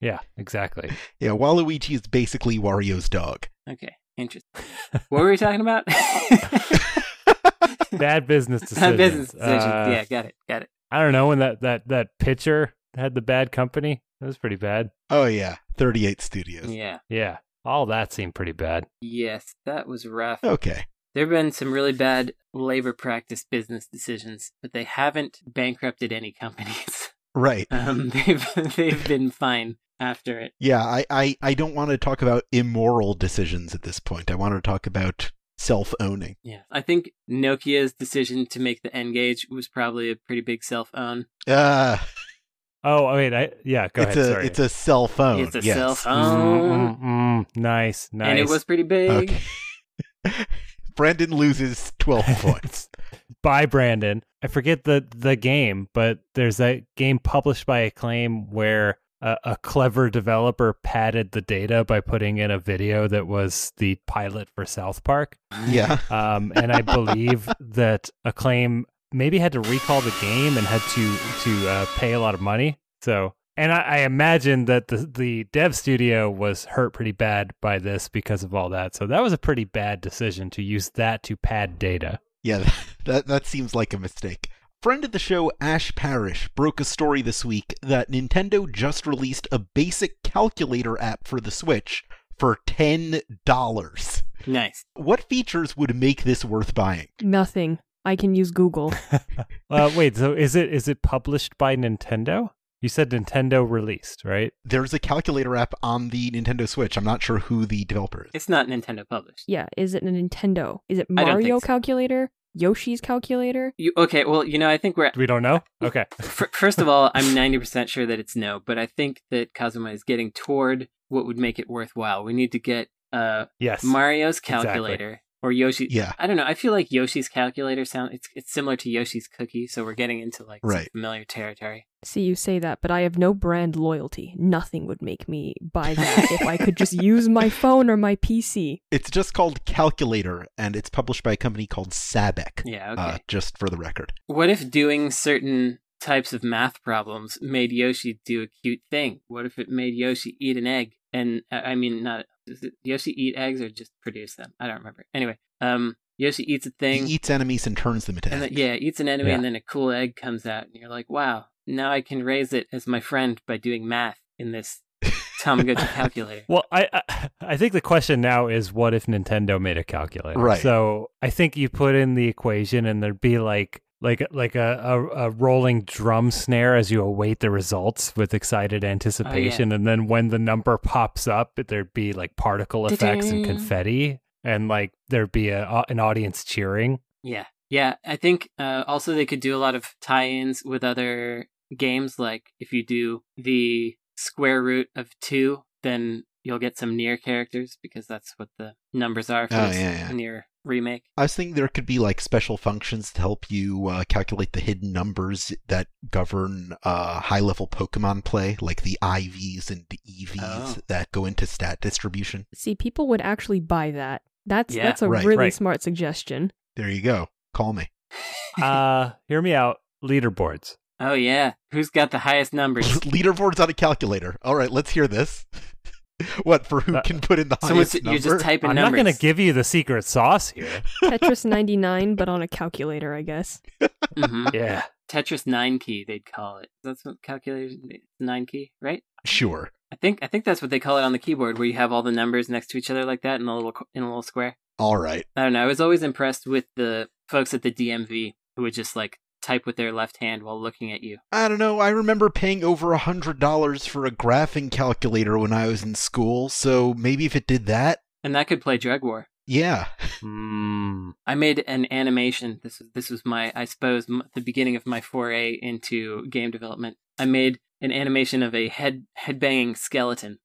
Speaker 3: yeah, exactly.
Speaker 2: Yeah, Waluigi is basically Wario's dog.
Speaker 1: Okay, interesting. what were we talking about?
Speaker 3: Bad business decisions.
Speaker 1: Business decisions.
Speaker 3: Uh,
Speaker 1: yeah, got it, got it.
Speaker 3: I don't know when that that that pitcher had the bad company. That was pretty bad.
Speaker 2: Oh yeah, 38 Studios.
Speaker 1: Yeah,
Speaker 3: Yeah, all that seemed pretty bad.
Speaker 1: yes, that was rough.
Speaker 2: Okay.
Speaker 1: There have been some really bad labor practice business decisions, but they haven't bankrupted any companies.
Speaker 2: Right.
Speaker 1: Um, they've they've been fine after it.
Speaker 2: Yeah, I, I, I don't want to talk about immoral decisions at this point. I want to talk about self owning.
Speaker 1: Yeah, I think Nokia's decision to make the N gauge was probably a pretty big self own.
Speaker 2: Uh,
Speaker 3: Oh, I mean, I yeah. Go
Speaker 2: it's,
Speaker 3: ahead.
Speaker 2: a,
Speaker 3: sorry.
Speaker 2: it's a cell phone.
Speaker 1: It's a
Speaker 2: Oh, yes.
Speaker 1: cell
Speaker 2: Mm-hmm.
Speaker 1: phone,
Speaker 3: Mm, mm, mm. nice, nice.
Speaker 1: Um, and it was pretty big.
Speaker 2: Okay. Brandon loses 12 points.
Speaker 3: by Brandon. I forget the the game, but there's that game published by Acclaim where a, a clever developer padded the data by putting in a video that was the pilot for South Park.
Speaker 2: yeah.
Speaker 3: Um, and I believe that Acclaim maybe had to recall the game and had to to uh, pay a lot of money. So, and I, I imagine that the the dev studio was hurt pretty bad by this because of all that. So that was a pretty bad decision to use that to pad data.
Speaker 2: Yeah, that, that seems like a mistake. Friend of the show, Ash Parrish, broke a story this week that Nintendo just released a basic calculator app for the Switch for $10.
Speaker 1: Nice.
Speaker 2: What features would make this worth buying?
Speaker 4: Nothing. I can use Google.
Speaker 3: Uh, wait, so is it is it published by Nintendo? You said Nintendo released, right?
Speaker 2: There's a calculator app on the Nintendo Switch. I'm not sure who the developer is.
Speaker 1: It's not Nintendo published.
Speaker 4: yeah, is it a Nintendo? Is it
Speaker 1: I don't think
Speaker 4: Mario
Speaker 1: so.
Speaker 4: calculator? Yoshi's calculator?
Speaker 1: You okay? Well, you know, I think we're
Speaker 3: We don't know. Okay.
Speaker 1: F- First of all, I'm 90% sure that it's no, but I think that Kazuma is getting toward what would make it worthwhile. We need to get uh,
Speaker 3: Yes.
Speaker 1: Mario's
Speaker 3: Exactly.
Speaker 1: calculator or Yoshi.
Speaker 2: Yeah.
Speaker 1: I don't know. I feel like Yoshi's calculator sound it's it's similar to Yoshi's cookie, so we're getting into like some
Speaker 2: Right.
Speaker 1: familiar territory.
Speaker 4: See, you say that, but I have no brand loyalty. Nothing would make me buy that if I could just use my phone or my PC.
Speaker 2: It's just called Calculator, and it's published by a company called Sabec.
Speaker 1: Yeah. Okay.
Speaker 2: Uh, just for the record.
Speaker 1: what if doing certain types of math problems made Yoshi do a cute thing? What if it made Yoshi eat an egg? And uh, I mean, not does it, Yoshi eat eggs or just produce them? I don't remember. Anyway, um, Yoshi eats a thing.
Speaker 2: He eats enemies and turns them into
Speaker 1: And then,
Speaker 2: enemies.
Speaker 1: yeah, it eats an enemy,
Speaker 3: Yeah.
Speaker 1: and then a cool egg comes out, and you're like, wow, now I can raise it as my friend by doing math in this Tamagotchi calculator.
Speaker 3: Well, I, I I think the question now is what if Nintendo made a calculator?
Speaker 2: Right.
Speaker 3: So I think you put in the equation and there'd be like like like a, a, a rolling drum snare as you await the results with excited anticipation, and then when the number pops up, there'd be like particle effects and
Speaker 1: Ta-da.
Speaker 3: confetti, and like there'd be a, an audience cheering.
Speaker 1: Yeah. Yeah. I think uh, also they could do a lot of tie ins with other games. Like if you do the square root of two, then you'll get some near characters because that's what the numbers are for
Speaker 2: Oh,
Speaker 1: this
Speaker 2: yeah, yeah.
Speaker 1: near remake.
Speaker 2: I was thinking there could be like special functions to help you uh, calculate the hidden numbers that govern uh, high level Pokemon play, like the IVs and EVs
Speaker 1: Oh.
Speaker 2: that go into stat distribution.
Speaker 4: See, people would actually buy that. That's
Speaker 1: Yeah.
Speaker 4: that's a
Speaker 2: Right,
Speaker 4: really
Speaker 3: right.
Speaker 4: smart suggestion.
Speaker 2: There you go. Call me.
Speaker 3: uh, hear me out. Leaderboards.
Speaker 1: Oh, yeah. Who's got the highest numbers?
Speaker 2: Leaderboards on a calculator. All right, let's hear this. what, for who
Speaker 3: Uh,
Speaker 2: can put in the
Speaker 1: Someone's,
Speaker 2: highest number?
Speaker 1: you're just typing
Speaker 3: I'm
Speaker 1: numbers.
Speaker 3: not going to give you the secret sauce here.
Speaker 4: Tetris 99, but on a calculator, I guess.
Speaker 1: Mhm.
Speaker 3: yeah.
Speaker 1: Tetris nine key, they'd call it. That's what calculators nine key, right?
Speaker 2: Sure.
Speaker 1: I think I think that's what they call it on the keyboard, where you have all the numbers next to each other like that in a little qu- in a little square.
Speaker 2: All right.
Speaker 1: I don't know. I was always impressed with the folks at the DMV who would just like type with their left hand while looking at you.
Speaker 2: I don't know. I remember paying over a hundred dollars for a graphing calculator when I was in school, so maybe if it did that,
Speaker 1: And that could play drug war.
Speaker 2: yeah.
Speaker 3: Mm.
Speaker 1: I made an animation. This was this was my I suppose m- the beginning of my foray into game development. I made an animation of a head headbanging skeleton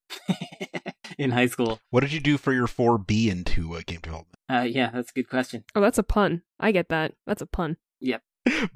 Speaker 1: in high school.
Speaker 2: What did you do for your 4B into uh, game development?
Speaker 1: Uh, yeah, that's a good question.
Speaker 4: Oh, that's a pun. I get that. That's a pun.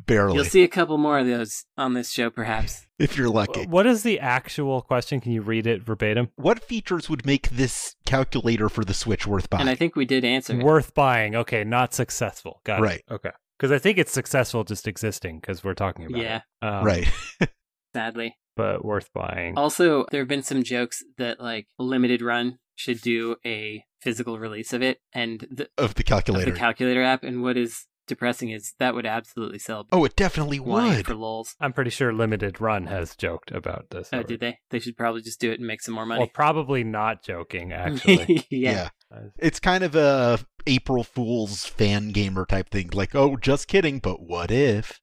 Speaker 2: Barely,
Speaker 1: You'll see a couple more of those on this show, perhaps.
Speaker 2: if you're lucky.
Speaker 3: What is the actual question? Can you read it verbatim?
Speaker 2: What features would make this calculator for the Switch worth buying?
Speaker 1: And I think we did answer it.
Speaker 3: Worth buying. Okay, not successful. Got
Speaker 2: Right.
Speaker 3: it. Okay. Because I think it's successful just existing because we're talking about
Speaker 1: Yeah.
Speaker 3: it. Um,
Speaker 2: right.
Speaker 1: sadly.
Speaker 3: But worth buying.
Speaker 1: Also, there have been some jokes that like limited run should do a physical release of it and the,
Speaker 2: of the
Speaker 1: of
Speaker 2: calculator.
Speaker 1: the calculator app. And what is depressing is that would absolutely sell.
Speaker 2: oh, it definitely
Speaker 1: Wine
Speaker 2: would.
Speaker 1: for lols.
Speaker 3: I'm pretty sure Limited Run has joked about this.
Speaker 1: Oh, did they? They should probably just do it and make some more
Speaker 3: Well,
Speaker 1: money.
Speaker 3: probably not joking, actually. Uh,
Speaker 1: yeah.
Speaker 2: It's kind of a April Fool's fan gamer type thing. Like, oh, just kidding, but what if?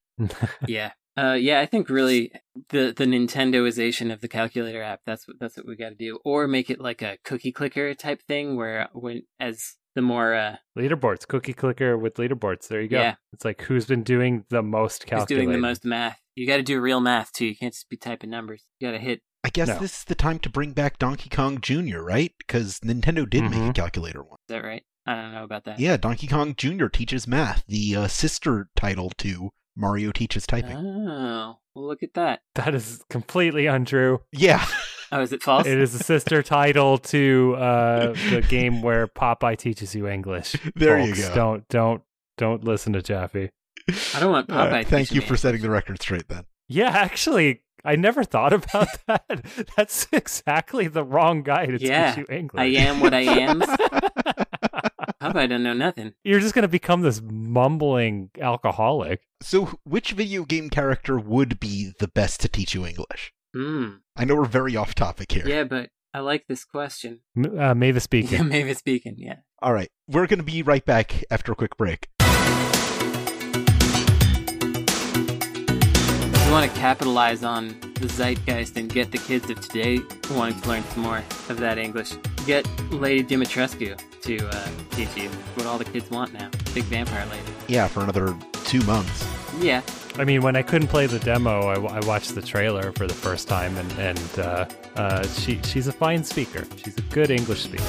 Speaker 1: yeah. Uh, yeah, I think really the the Nintendoization of the calculator app that's what that's what we got to do, or make it like a cookie clicker type thing where when as the more uh,
Speaker 3: leaderboards, cookie clicker with leaderboards. There you go.
Speaker 1: Yeah.
Speaker 3: It's like who's been doing the most
Speaker 1: who's
Speaker 3: calculating.
Speaker 1: doing the most math, you got to do real math too. You can't just be typing numbers. You got to hit
Speaker 2: I guess
Speaker 3: No.
Speaker 2: this is the time to bring back Donkey Kong Jr., right? Because Nintendo did make a
Speaker 1: Mm-hmm.
Speaker 3: Mhm.
Speaker 2: calculator one.
Speaker 1: Is that right? I don't know about that.
Speaker 2: Yeah, Donkey Kong Jr. teaches math, the uh, sister title to Mario Teaches Typing.
Speaker 1: Oh, well, look at that.
Speaker 3: That is completely untrue.
Speaker 2: Yeah.
Speaker 1: Oh, is it false?
Speaker 3: It is a sister title to uh, the game where Popeye teaches you English.
Speaker 2: There you
Speaker 3: folks.
Speaker 2: go.
Speaker 3: Don't don't don't listen to Chaffee.
Speaker 1: I don't want
Speaker 2: All
Speaker 1: Popeye.
Speaker 2: right, Uh, thank
Speaker 1: teaching
Speaker 2: you
Speaker 1: me.
Speaker 2: for setting the record straight then.
Speaker 3: Yeah, actually, I never thought about that. That's exactly the wrong guy to
Speaker 1: Yeah,
Speaker 3: teach you English.
Speaker 1: I am what I am. Popeye don't know nothing.
Speaker 3: You're just gonna become this mumbling alcoholic.
Speaker 2: So, wh- which video game character would be the best to teach you English?
Speaker 1: Hmm.
Speaker 2: I know we're very off topic here.
Speaker 1: Yeah, but I like this question.
Speaker 3: M- uh, Mavis Beacon.
Speaker 1: Yeah, Mavis Beacon. Yeah.
Speaker 2: All right, we're going to be right back after a quick break.
Speaker 1: We want to capitalize on the zeitgeist and get the kids of today wanting to learn some more of that English. Get Lady Dimitrescu to uh, teach you what all the kids want now. Big vampire lady.
Speaker 2: Yeah, for another two months.
Speaker 1: Yeah.
Speaker 3: I mean, when I couldn't play the demo, I, w- I watched the trailer for the first time, and, and uh, uh, she she's a fine speaker. She's a good English speaker.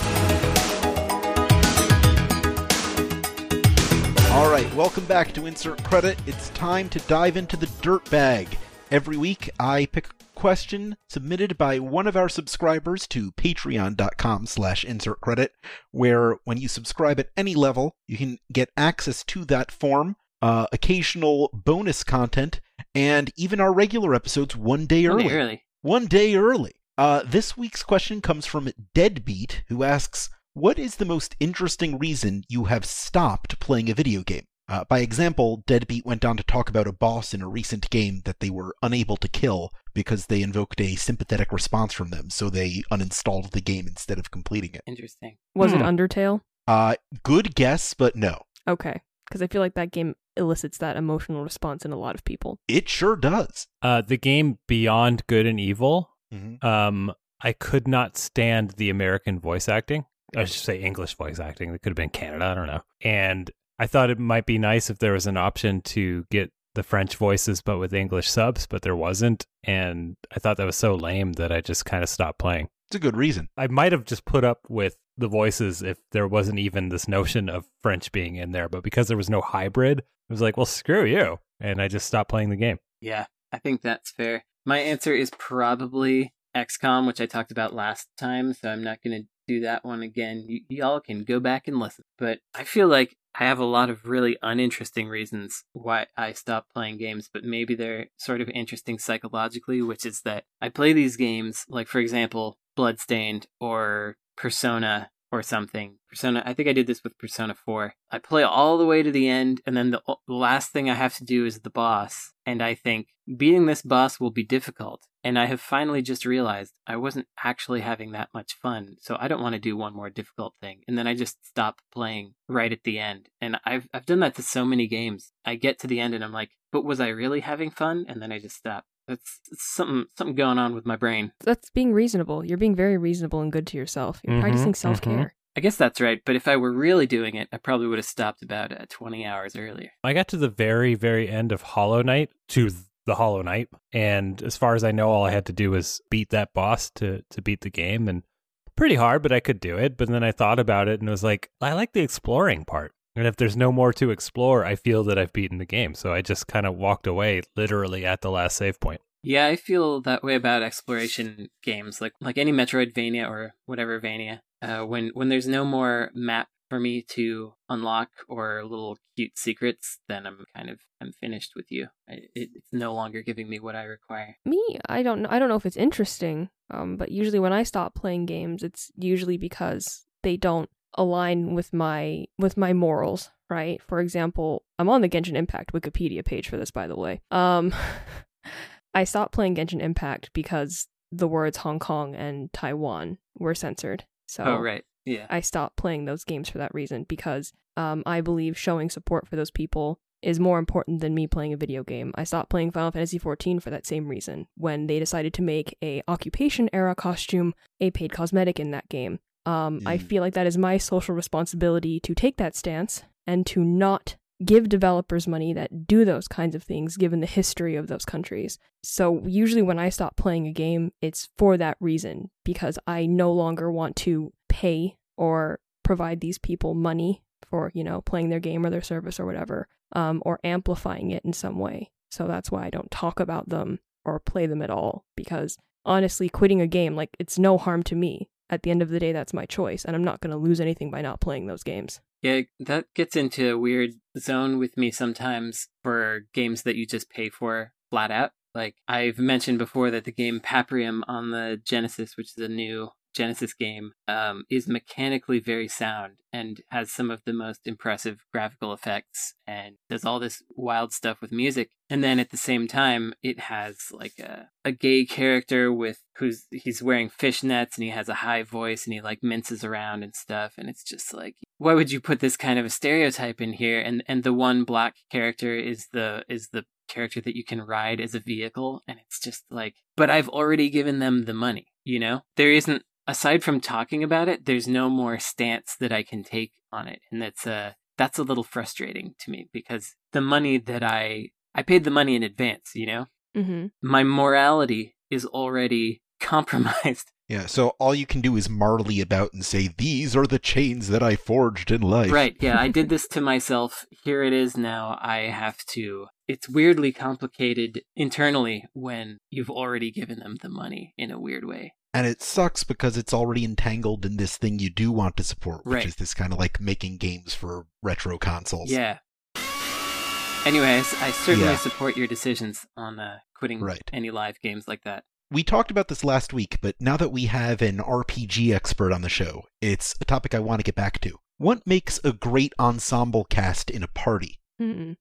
Speaker 2: All right, welcome back to Insert Credit. It's time to dive into the dirt bag. Every week, I pick a question submitted by one of our subscribers to patreon.com slash insert credit, where when you subscribe at any level, you can get access to that form, uh, occasional bonus content, and even our regular episodes one day
Speaker 1: Really
Speaker 2: early
Speaker 1: early.
Speaker 2: one day early. Uh, this week's question comes from Deadbeat, who asks, What is the most interesting reason you have stopped playing a video game? Uh, by example, Deadbeat went on to talk about a boss in a recent game that they were unable to kill because they invoked a sympathetic response from them, so they uninstalled the game instead of completing it.
Speaker 1: Interesting.
Speaker 4: Was it
Speaker 3: Hmm.
Speaker 4: Undertale?
Speaker 2: Uh, good guess, but no.
Speaker 4: Okay. Because I feel like that game elicits that emotional response in a lot of people.
Speaker 2: It sure does.
Speaker 3: Uh, the game Beyond Good and Evil.
Speaker 2: Mm-hmm.
Speaker 3: Um, I could not stand the American voice acting. I should say English voice acting. It could have been Canada. I don't know. And I thought it might be nice if there was an option to get the French voices, but with English subs, but there wasn't. And I thought that was so lame that I just kind of stopped playing.
Speaker 2: It's a good reason.
Speaker 3: I might have just put up with the voices if there wasn't even this notion of French being in there, but because there was no hybrid, it was like, well, screw you. And I just stopped playing the game.
Speaker 1: Yeah, I think that's fair. My answer is probably XCOM, which I talked about last time, so I'm not going to do that one again. Y- y'all can go back and listen. But I feel like I have a lot of really uninteresting reasons why I stopped playing games, but maybe they're sort of interesting psychologically, which is that I play these games, like, for example, Bloodstained or Persona or something. Persona, I think I did this with Persona 4. I play all the way to the end, and then the, the last thing I have to do is the boss. And I think beating this boss will be difficult. And I have finally just realized I wasn't actually having that much fun. So I don't want to do one more difficult thing. And then I just stop playing right at the end. And I've, I've done that to so many games. I get to the end and I'm like, but was I really having fun? And then I just stop. That's that's something something going on with my brain.
Speaker 4: That's being reasonable. You're being very reasonable and good to yourself. You're
Speaker 3: Mhm,
Speaker 4: practicing self care.
Speaker 1: I guess that's right, but if I were really doing it, I probably would have stopped about uh, 20 hours earlier.
Speaker 3: I got to the very, very end of Hollow Knight to th- the Hollow Knight. And as far as I know, all I had to do was beat that boss to, to beat the game and pretty hard, but I could do it. But then I thought about it and was like, I like the exploring part. And if there's no more to explore, I feel that I've beaten the game. So I just kind of walked away literally at the last save point.
Speaker 1: Yeah, I feel that way about exploration games, like like any Metroidvania or whatever Vania. Uh, when when there's no more map for me to unlock or little cute secrets, then I'm kind of I'm finished with you. I, it, it's no longer giving me what I require.
Speaker 4: me i don't know i don't know if it's interesting um but usually when i stop playing games it's usually because they don't align with my with my morals right for example i'm on the genshin impact wikipedia page for this by the way um i stopped playing genshin impact because the words hong kong and taiwan were censored so
Speaker 1: Oh, right, yeah,
Speaker 4: I stopped playing those games for that reason because um, I believe showing support for those people is more important than me playing a video game. I stopped playing Final Fantasy XIV for that same reason when they decided to make a occupation era costume a paid cosmetic in that game. Um, I
Speaker 2: Mm.
Speaker 4: feel like that is my social responsibility to take that stance and to not give developers money that do those kinds of things given the history of those countries. So usually when I stop playing a game, it's for that reason because I no longer want to pay or provide these people money for, you know, playing their game or their service or whatever, um or amplifying it in some way. So that's why I don't talk about them or play them at all because honestly quitting a game like it's no harm to me. At the end of the day that's my choice and I'm not going to lose anything by not playing those games.
Speaker 1: yeah. That gets into a weird zone with me sometimes for games that you just pay for flat out. Like I've mentioned before, that the game Paprium on the Genesis, which is a new Genesis game um, is mechanically very sound and has some of the most impressive graphical effects and does all this wild stuff with music. And then at the same time, it has like a, a gay character with who's he's wearing fishnets and he has a high voice and he like minces around and stuff. And it's just like, why would you put this kind of a stereotype in here? And and the one black character is the is the character that you can ride as a vehicle and it's just like but i've already given them the money you know there isn't aside from talking about it there's no more stance that i can take on it and that's uh that's a little frustrating to me because the money that i i paid the money in advance you know
Speaker 4: Mm-hmm.
Speaker 1: my morality is already compromised
Speaker 2: Yeah, so all you can do is marley about and say, These are the chains that I forged in life.
Speaker 1: Right. Yeah, I did this to myself. Here it is now. I have to. It's weirdly complicated internally when you've already given them the money in a weird way.
Speaker 2: And it sucks because it's already entangled in this thing you do want to support, which
Speaker 1: Right.
Speaker 2: is this kind of like making games for retro consoles.
Speaker 1: Yeah. Anyways, I certainly
Speaker 2: Yeah.
Speaker 1: support your decisions on uh, quitting
Speaker 2: Right.
Speaker 1: any live games like that.
Speaker 2: We talked about this last week, but now that we have an RPG expert on the show, it's a topic I want to get back to. What makes a great ensemble cast in a party?
Speaker 4: Mm-mm.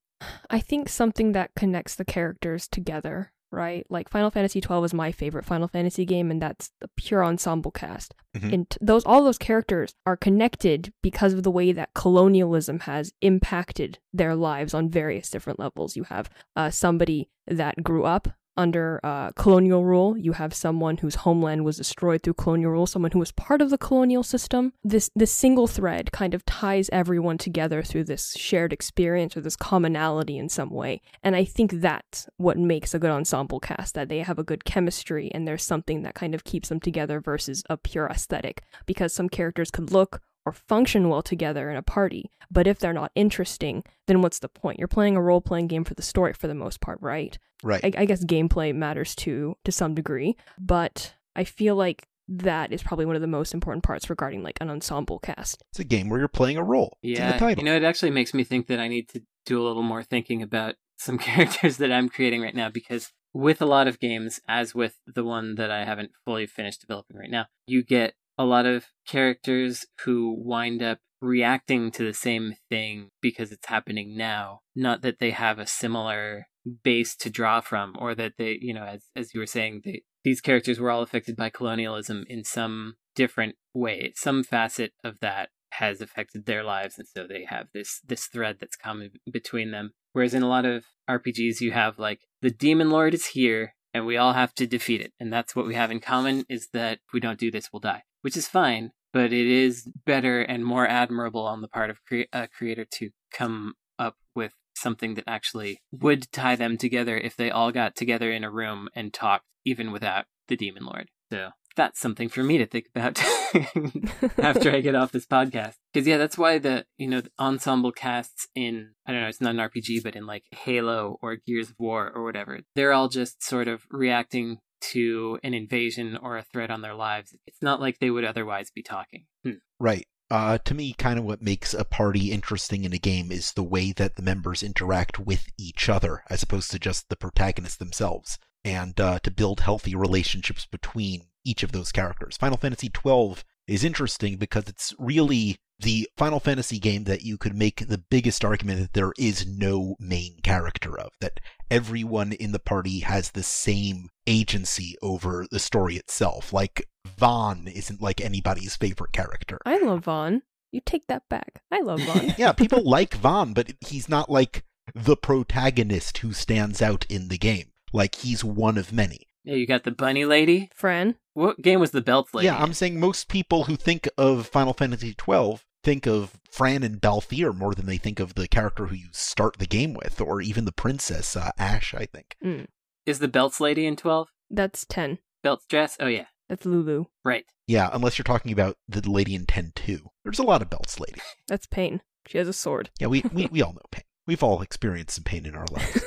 Speaker 4: I think something that connects the characters together, right? Like Final Fantasy twelve is my favorite Final Fantasy game, and that's the pure ensemble cast.
Speaker 2: Mhm.
Speaker 4: And t- those all those characters are connected because of the way that colonialism has impacted their lives on various different levels. You have uh, somebody that grew up under uh, colonial rule. You have someone whose homeland was destroyed through colonial rule, someone who was part of the colonial system. This this single thread kind of ties everyone together through this shared experience or this commonality in some way. And I think that's what makes a good ensemble cast that they have a good chemistry and there's something that kind of keeps them together versus a pure aesthetic because some characters could look or function well together in a party, but if they're not interesting, then what's the point? You're playing a role playing game for the story for the most part, right?
Speaker 2: Right.
Speaker 4: I, I guess gameplay matters too to some degree, but I feel like that is probably one of the most important parts regarding like an ensemble cast.
Speaker 2: It's a game where you're playing a role. It's in the
Speaker 1: Yeah.
Speaker 2: title.
Speaker 1: You know, it actually makes me think that I need to do a little more thinking about some characters that I'm creating right now because with a lot of games, as with the one that I haven't fully finished developing right now, you get a lot of characters who wind up reacting to the same thing because it's happening now. Not that they have a similar base to draw from or that they, you know, as as you were saying, they these characters were all affected by colonialism in some different way. Some facet of that has affected their lives and so they have this this thread that's common between them. Whereas in a lot of RPGs you have like the demon lord is here and we all have to defeat it. And that's what we have in common is that if we don't do this we'll die, which is fine, but it is better and more admirable on the part of cre- a creator to come up with something that actually would tie them together if they all got together in a room and talked, even without the Demon Lord. So that's something for me to think about after I get off this podcast. Because yeah, that's why the you know the ensemble casts in I don't know it's not an RPG, but in like Halo or Gears of War or whatever, they're all just sort of reacting to an invasion or a threat on their lives. It's not like they would otherwise be talking. Hmm.
Speaker 2: Right. Uh, to me, kind of what makes a party interesting in a game is the way that the members interact with each other, as opposed to just the protagonists themselves, and uh, to build healthy relationships between each of those characters. Final Fantasy XII is interesting because it's really the Final Fantasy game that you could make the biggest argument that there is no main character of, that everyone in the party has the same agency over the story itself. Like, Vaughn isn't like anybody's favorite character
Speaker 4: I love Vaughn. You take that back. I love Vaughn.
Speaker 2: yeah, people like Vaughn, but he's not like the protagonist who stands out in the game. Like he's one of many.
Speaker 1: Yeah, you got the bunny lady.
Speaker 4: Fran,
Speaker 1: What game was the belt lady?
Speaker 2: Yeah, I'm saying most people who think of Final Fantasy XII think of Fran and Balthier more than they think of the character who you start the game with, or even the princess uh, Ash. I think.
Speaker 1: Is the belts lady in twelve?
Speaker 4: Mm, that's 10.
Speaker 1: Belts dress? Oh yeah,
Speaker 4: That's Lulu.
Speaker 1: right.
Speaker 2: Yeah, unless you're talking about the lady in Ten Two. There's a lot of belts, lady.
Speaker 4: That's Pain. She has a sword.
Speaker 2: Yeah, we we, we all know pain. We've all experienced some pain in our lives.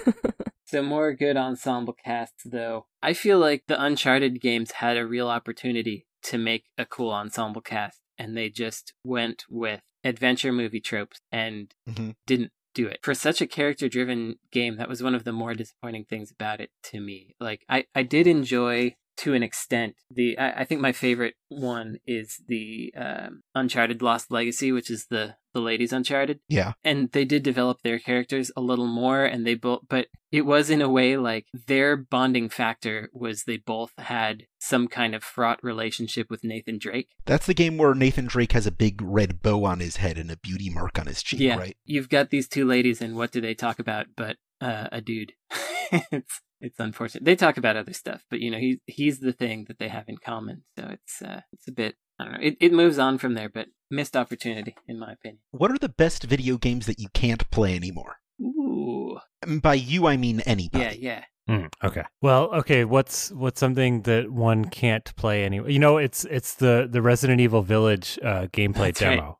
Speaker 1: So more good ensemble casts though. I feel like the Uncharted games had a real opportunity to make a cool ensemble cast and they just went with adventure movie tropes and
Speaker 2: Mhm.
Speaker 1: didn't do it. For such a character driven game, that was one of the more disappointing things about it to me. Like I, I did enjoy to an extent. The I, I think my favorite one is the um, Uncharted Lost Legacy, which is the the ladies Uncharted,
Speaker 2: Yeah.
Speaker 1: and they did develop their characters a little more, and they both, but it was in a way like their bonding factor was they both had some kind of fraught relationship with Nathan Drake.
Speaker 2: That's the game where Nathan Drake has a big red bow on his head and a beauty mark on his cheek,
Speaker 1: yeah,
Speaker 2: right?
Speaker 1: you've got these two ladies, and what do they talk about? But uh, a dude. it's it's unfortunate. They talk about other stuff, but you know he he's the thing that they have in common. So it's uh, it's a bit I don't know. It it moves on from there, but missed opportunity in my opinion.
Speaker 2: What are the best video games that you can't play anymore?
Speaker 1: Ooh,
Speaker 2: And by you, I mean anybody.
Speaker 1: yeah, yeah.
Speaker 3: okay. Well, okay. What's what's something that one can't play anyway? You know, it's it's the the Resident Evil Village uh, gameplay
Speaker 1: That's right.
Speaker 3: demo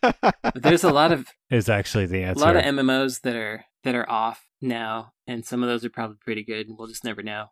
Speaker 1: But there's a lot of
Speaker 3: is actually the
Speaker 1: a
Speaker 3: answer.
Speaker 1: lot of MMOs that are that are off now, and some of those are probably pretty good. and We'll just never know.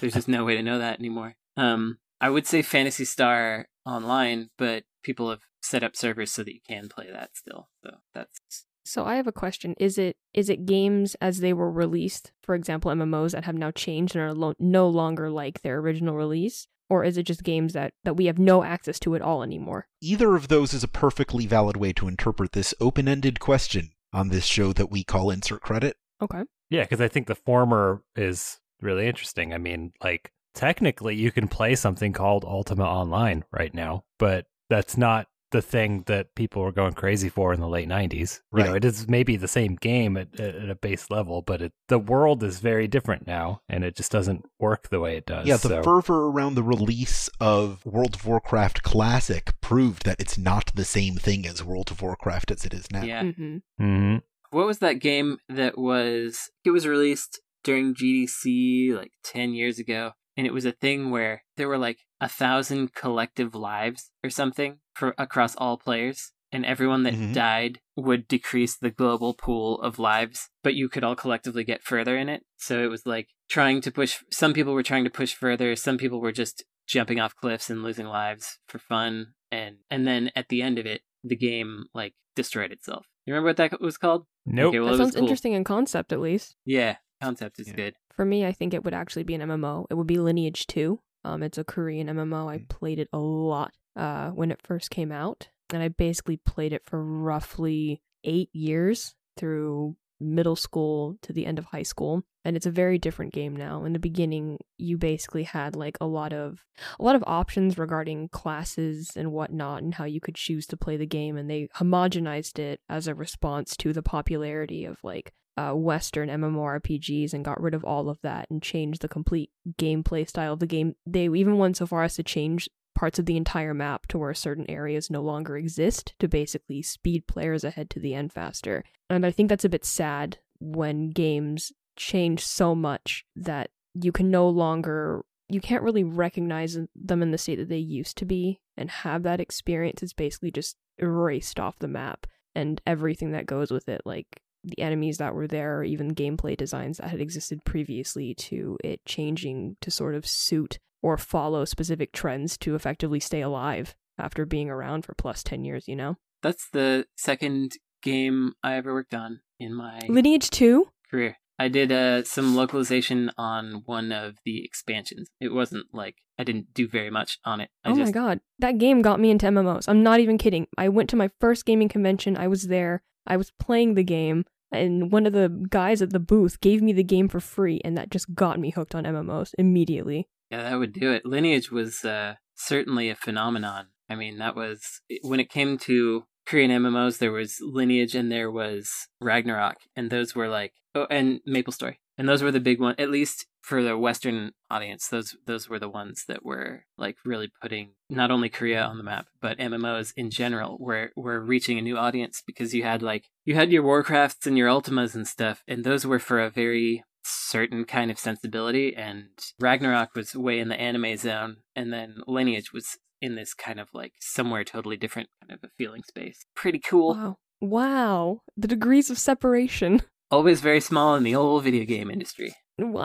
Speaker 1: There's just no way to know that anymore. Um, I would say Fantasy Star Online, but people have set up servers so that you can play that still. So that's
Speaker 4: So I have a question. Is it is it games as they were released, for example, MMOs that have now changed and are lo- no longer like their original release, or is it just games that that we have no access to at all anymore?
Speaker 2: Either of those is a perfectly valid way to interpret this open ended question on this show that we call Insert Credit.
Speaker 4: Okay.
Speaker 3: Yeah, because I think the former is really interesting. I mean, like technically, you can play something called Ultima Online right now, but that's not the thing that people were going crazy for in the late '90s. You know,
Speaker 2: Right.
Speaker 3: it is maybe the same game at, at at a base level, but it, the world is very different now, and it just doesn't work the way it does.
Speaker 2: Yeah, the
Speaker 3: Uh, so-
Speaker 2: fervor around the release of World of Warcraft Classic proved that it's not the same thing as World of Warcraft as it is now.
Speaker 1: yeah.
Speaker 4: Mm-hmm.
Speaker 3: Mhm.
Speaker 1: What was that game that was it was released during GDC like ten years ago, and it was a thing where there were like a thousand collective lives or something for across all players, and everyone that
Speaker 2: Mhm.
Speaker 1: died would decrease the global pool of lives, but you could all collectively get further in it. So it was like trying to push. Some people were trying to push further. Some people were just jumping off cliffs and losing lives for fun. And and then at the end of it, the game like destroyed itself. You remember what that was called?
Speaker 3: Nope.
Speaker 1: Okay, well, it
Speaker 4: that
Speaker 1: was
Speaker 4: sounds
Speaker 1: cool.
Speaker 4: interesting in concept, at least.
Speaker 1: Yeah, concept is
Speaker 2: Yeah.
Speaker 1: good.
Speaker 4: For me, I think it would actually be an MMO. It would be Lineage 2. Um, it's a Korean MMO.
Speaker 1: Hmm.
Speaker 4: I played it a lot uh, when it first came out, and I basically played it for roughly eight years through middle school to the end of high school. And it's a very different game now. In the beginning, you basically had like a lot of a lot of options regarding classes and whatnot and how you could choose to play the game and they homogenized it as a response to the popularity of like uh, western mmorpgs and got rid of all of that and changed the complete gameplay style of the game they even went so far as to change parts of the entire map to where certain areas no longer exist to basically speed players ahead to the end faster and i think that's a bit sad when games change so much that you can no longer you can't really recognize them in the state that they used to be and have that experience is basically just erased off the map and everything that goes with it like the enemies that were there or even gameplay designs that had existed previously to it changing to sort of suit or follow specific trends to effectively stay alive after being around for plus 10 years you know
Speaker 1: That's the second game I ever worked on in my
Speaker 4: lineage 2
Speaker 1: career. I did uh, some localization on one of the expansions. It wasn't like I didn't do very much on it. I
Speaker 4: oh my
Speaker 1: just,
Speaker 4: god, that game got me into MMOs. I'm not even kidding. I went to my first gaming convention. I was there. I was playing the game, and one of the guys at the booth gave me the game for free, and that just got me hooked on MMOs immediately.
Speaker 1: Yeah, that would do it. Lineage was uh, certainly a phenomenon. I mean, that was when it came to Korean MMOs. There was Lineage and there was Ragnarok, and those were like oh, and MapleStory, and those were the big one. At least for the Western audience, those those were the ones that were like really putting not only Korea on the map, but MMOs in general were were reaching a new audience because you had like you had your Warcrafts and your Ultimas and stuff, and those were for a very certain kind of sensibility and Ragnarok was way in the anime zone and then Lineage was in this kind of like somewhere totally different kind of a feeling space. Pretty cool.
Speaker 4: Wow. Wow. The degrees of separation.
Speaker 1: Always very small in the old video game industry.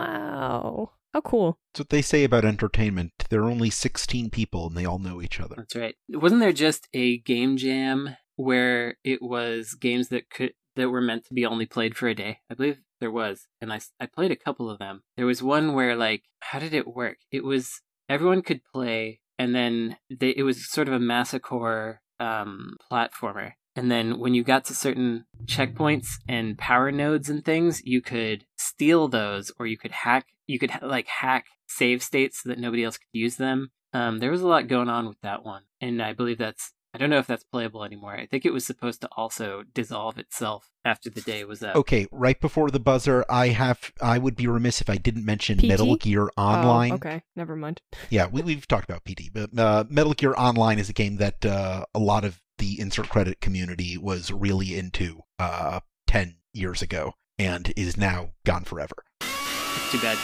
Speaker 4: Wow. How cool.
Speaker 2: That's what they say about entertainment. There are only 16 people and they all know each other.
Speaker 1: That's right. Wasn't there just a game jam where it was games that could that were meant to be only played for a day? I believe There was, and I s- I played a couple of them. There was one where like, how did it work? It was everyone could play, and then they, it was sort of a massacre um, platformer. And then when you got to certain checkpoints and power nodes and things, you could steal those, or you could hack. You could like hack save states so that nobody else could use them. Um, there was a lot going on with that one, and I believe that's. I don't know if that's playable anymore. I think it was supposed to also dissolve itself after the day was
Speaker 4: Oh.
Speaker 1: up.
Speaker 2: Okay, right before the buzzer, I have I would be remiss if I didn't mention
Speaker 4: PT?
Speaker 2: Metal Gear
Speaker 4: Oh,
Speaker 2: Online.
Speaker 4: okay, never mind.
Speaker 2: Yeah, we, we've talked about PT, but uh, Metal Gear Online is a game that uh, a lot of the insert credit community was really into uh, ten years ago, and is now gone forever.
Speaker 1: Too bad.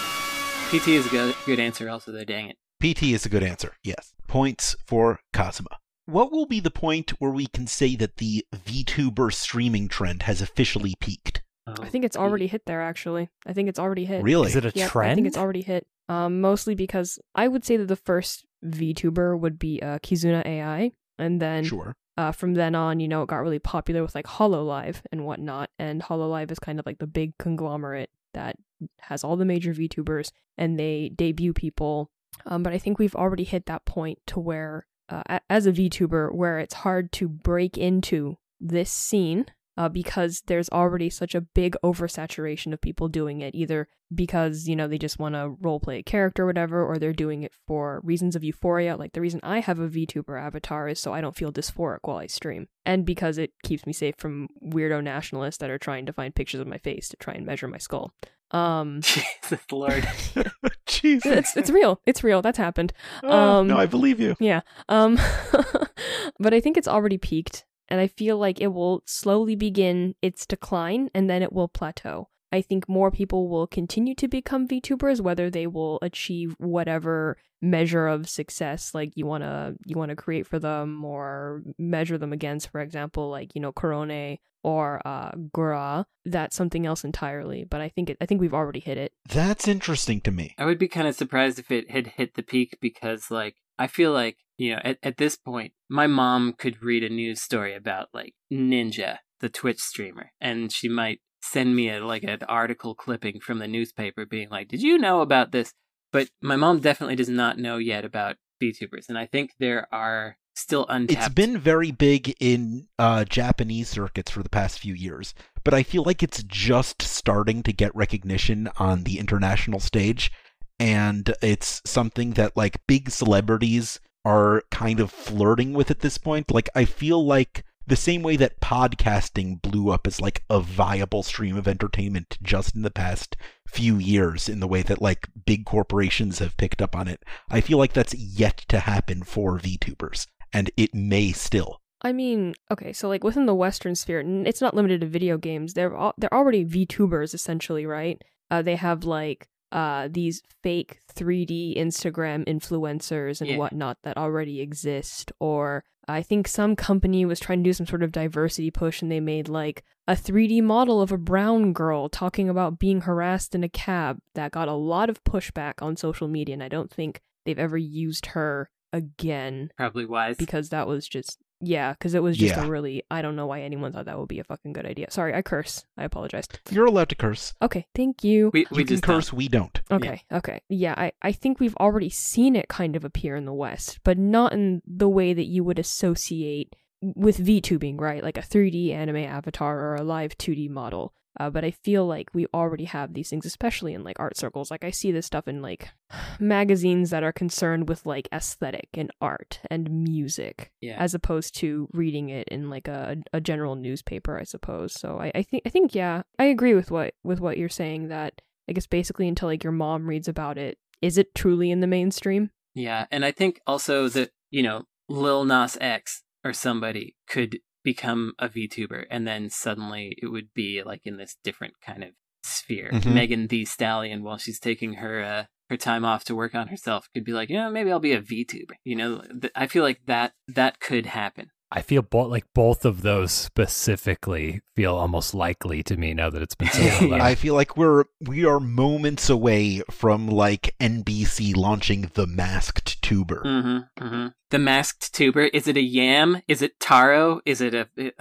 Speaker 1: PT is a good, good answer, also, though, dang it.
Speaker 2: PT is a good answer. Yes. Points for Cosima. What will be the point where we can say that the VTuber streaming trend has officially peaked?
Speaker 1: Oh,
Speaker 4: I think it's
Speaker 1: Pete.
Speaker 4: already hit there. Actually, I think it's already hit.
Speaker 2: Really?
Speaker 3: Is it a
Speaker 4: Yep,
Speaker 3: trend?
Speaker 4: I think it's already hit. Um, mostly because I would say that the first VTuber would be uh, Kizuna AI, and then
Speaker 2: sure.
Speaker 4: uh, from then on, you know, it got really popular with like Hololive and whatnot. And Hololive is kind of like the big conglomerate that has all the major VTubers and they debut people. Um, but I think we've already hit that point to where, uh, a- as a VTuber, where it's hard to break into this scene uh, because there's already such a big oversaturation of people doing it, either because, you know, they just want to roleplay a character or whatever, or they're doing it for reasons of euphoria. Like the reason I have a VTuber avatar is so I don't feel dysphoric while I stream, and because it keeps me safe from weirdo nationalists that are trying to find pictures of my face to try and measure my skull. Um,
Speaker 1: Jesus Lord.
Speaker 2: Jesus.
Speaker 4: it's, it's real. It's real. That's happened.
Speaker 2: Oh,
Speaker 4: um,
Speaker 2: no, I believe you.
Speaker 4: Um, but I think it's already peaked, and I feel like it will slowly begin its decline and then it will plateau. I think more people will continue to become VTubers, whether they will achieve whatever measure of success like you wanna you wanna create for them or measure them against, for example, like, you know, Corone or uh Gura. That's something else entirely. But I think it, I think we've already hit it.
Speaker 2: That's interesting to me.
Speaker 1: I would be kind of surprised if it had hit the peak because, like, I feel like, you know, at, at this point, my mom could read a news story about, like, Ninja, the Twitch streamer, and she might send me, a, like, an article clipping from the newspaper being like, did you know about this? But my mom definitely does not know yet about VTubers, and I think there are still untapped.
Speaker 2: It's been very big in uh, Japanese circuits for the past few years, but I feel like it's just starting to get recognition on the international stage. And it's something that, like, big celebrities are kind of flirting with at this point. Like, I feel like the same way that podcasting blew up as, like, a viable stream of entertainment just in the past few years, in the way that, like, big corporations have picked up on it, I feel like that's yet to happen for VTubers and it may still.
Speaker 4: I mean, okay, so like within the Western sphere, n- it's not limited to video games. They're all, they're already VTubers essentially, right? Uh, they have like uh these fake 3D Instagram influencers and
Speaker 1: Yeah.
Speaker 4: whatnot that already exist. Or I think some company was trying to do some sort of diversity push, and they made like a 3D model of a brown girl talking about being harassed in a cab. That got a lot of pushback on social media, and I don't think they've ever used her again
Speaker 1: probably wise.
Speaker 4: because that was just yeah because it was just
Speaker 2: Yeah.
Speaker 4: a really i don't know why anyone thought that would be a fucking good idea sorry i curse i apologize
Speaker 2: You're allowed to curse.
Speaker 4: okay thank you
Speaker 1: we we
Speaker 2: you can
Speaker 1: just
Speaker 2: curse, we don't.
Speaker 4: okay okay yeah I, I think we've already seen it kind of appear in the west but not in the way that you would associate with vtubing right like a 3d anime avatar or a live 2d model uh, but i feel like we already have these things especially in like art circles like i see this stuff in like magazines that are concerned with like aesthetic and art and music
Speaker 1: yeah.
Speaker 4: as opposed to reading it in like a, a general newspaper, I suppose. So I, I think I think yeah, I agree with what with what you're saying that I guess basically until like your mom reads about it, is it truly in the mainstream?
Speaker 1: Yeah, and I think also that you know Lil Nas X or somebody could become a VTuber, and then suddenly it would be like in this different kind of sphere.
Speaker 2: Mhm.
Speaker 1: Megan the Stallion, while she's taking her uh, her time off to work on herself, could be like, you know, maybe I'll be a VTuber. You know, th- I feel like that that could happen.
Speaker 3: I feel bo- like both of those specifically feel almost likely to me now that it's been so
Speaker 1: Yeah.
Speaker 3: long.
Speaker 2: I feel like we're we are moments away from like NBC launching the masked tuber.
Speaker 1: hmm hmm The masked tuber is it a yam? Is it taro? Is it a is it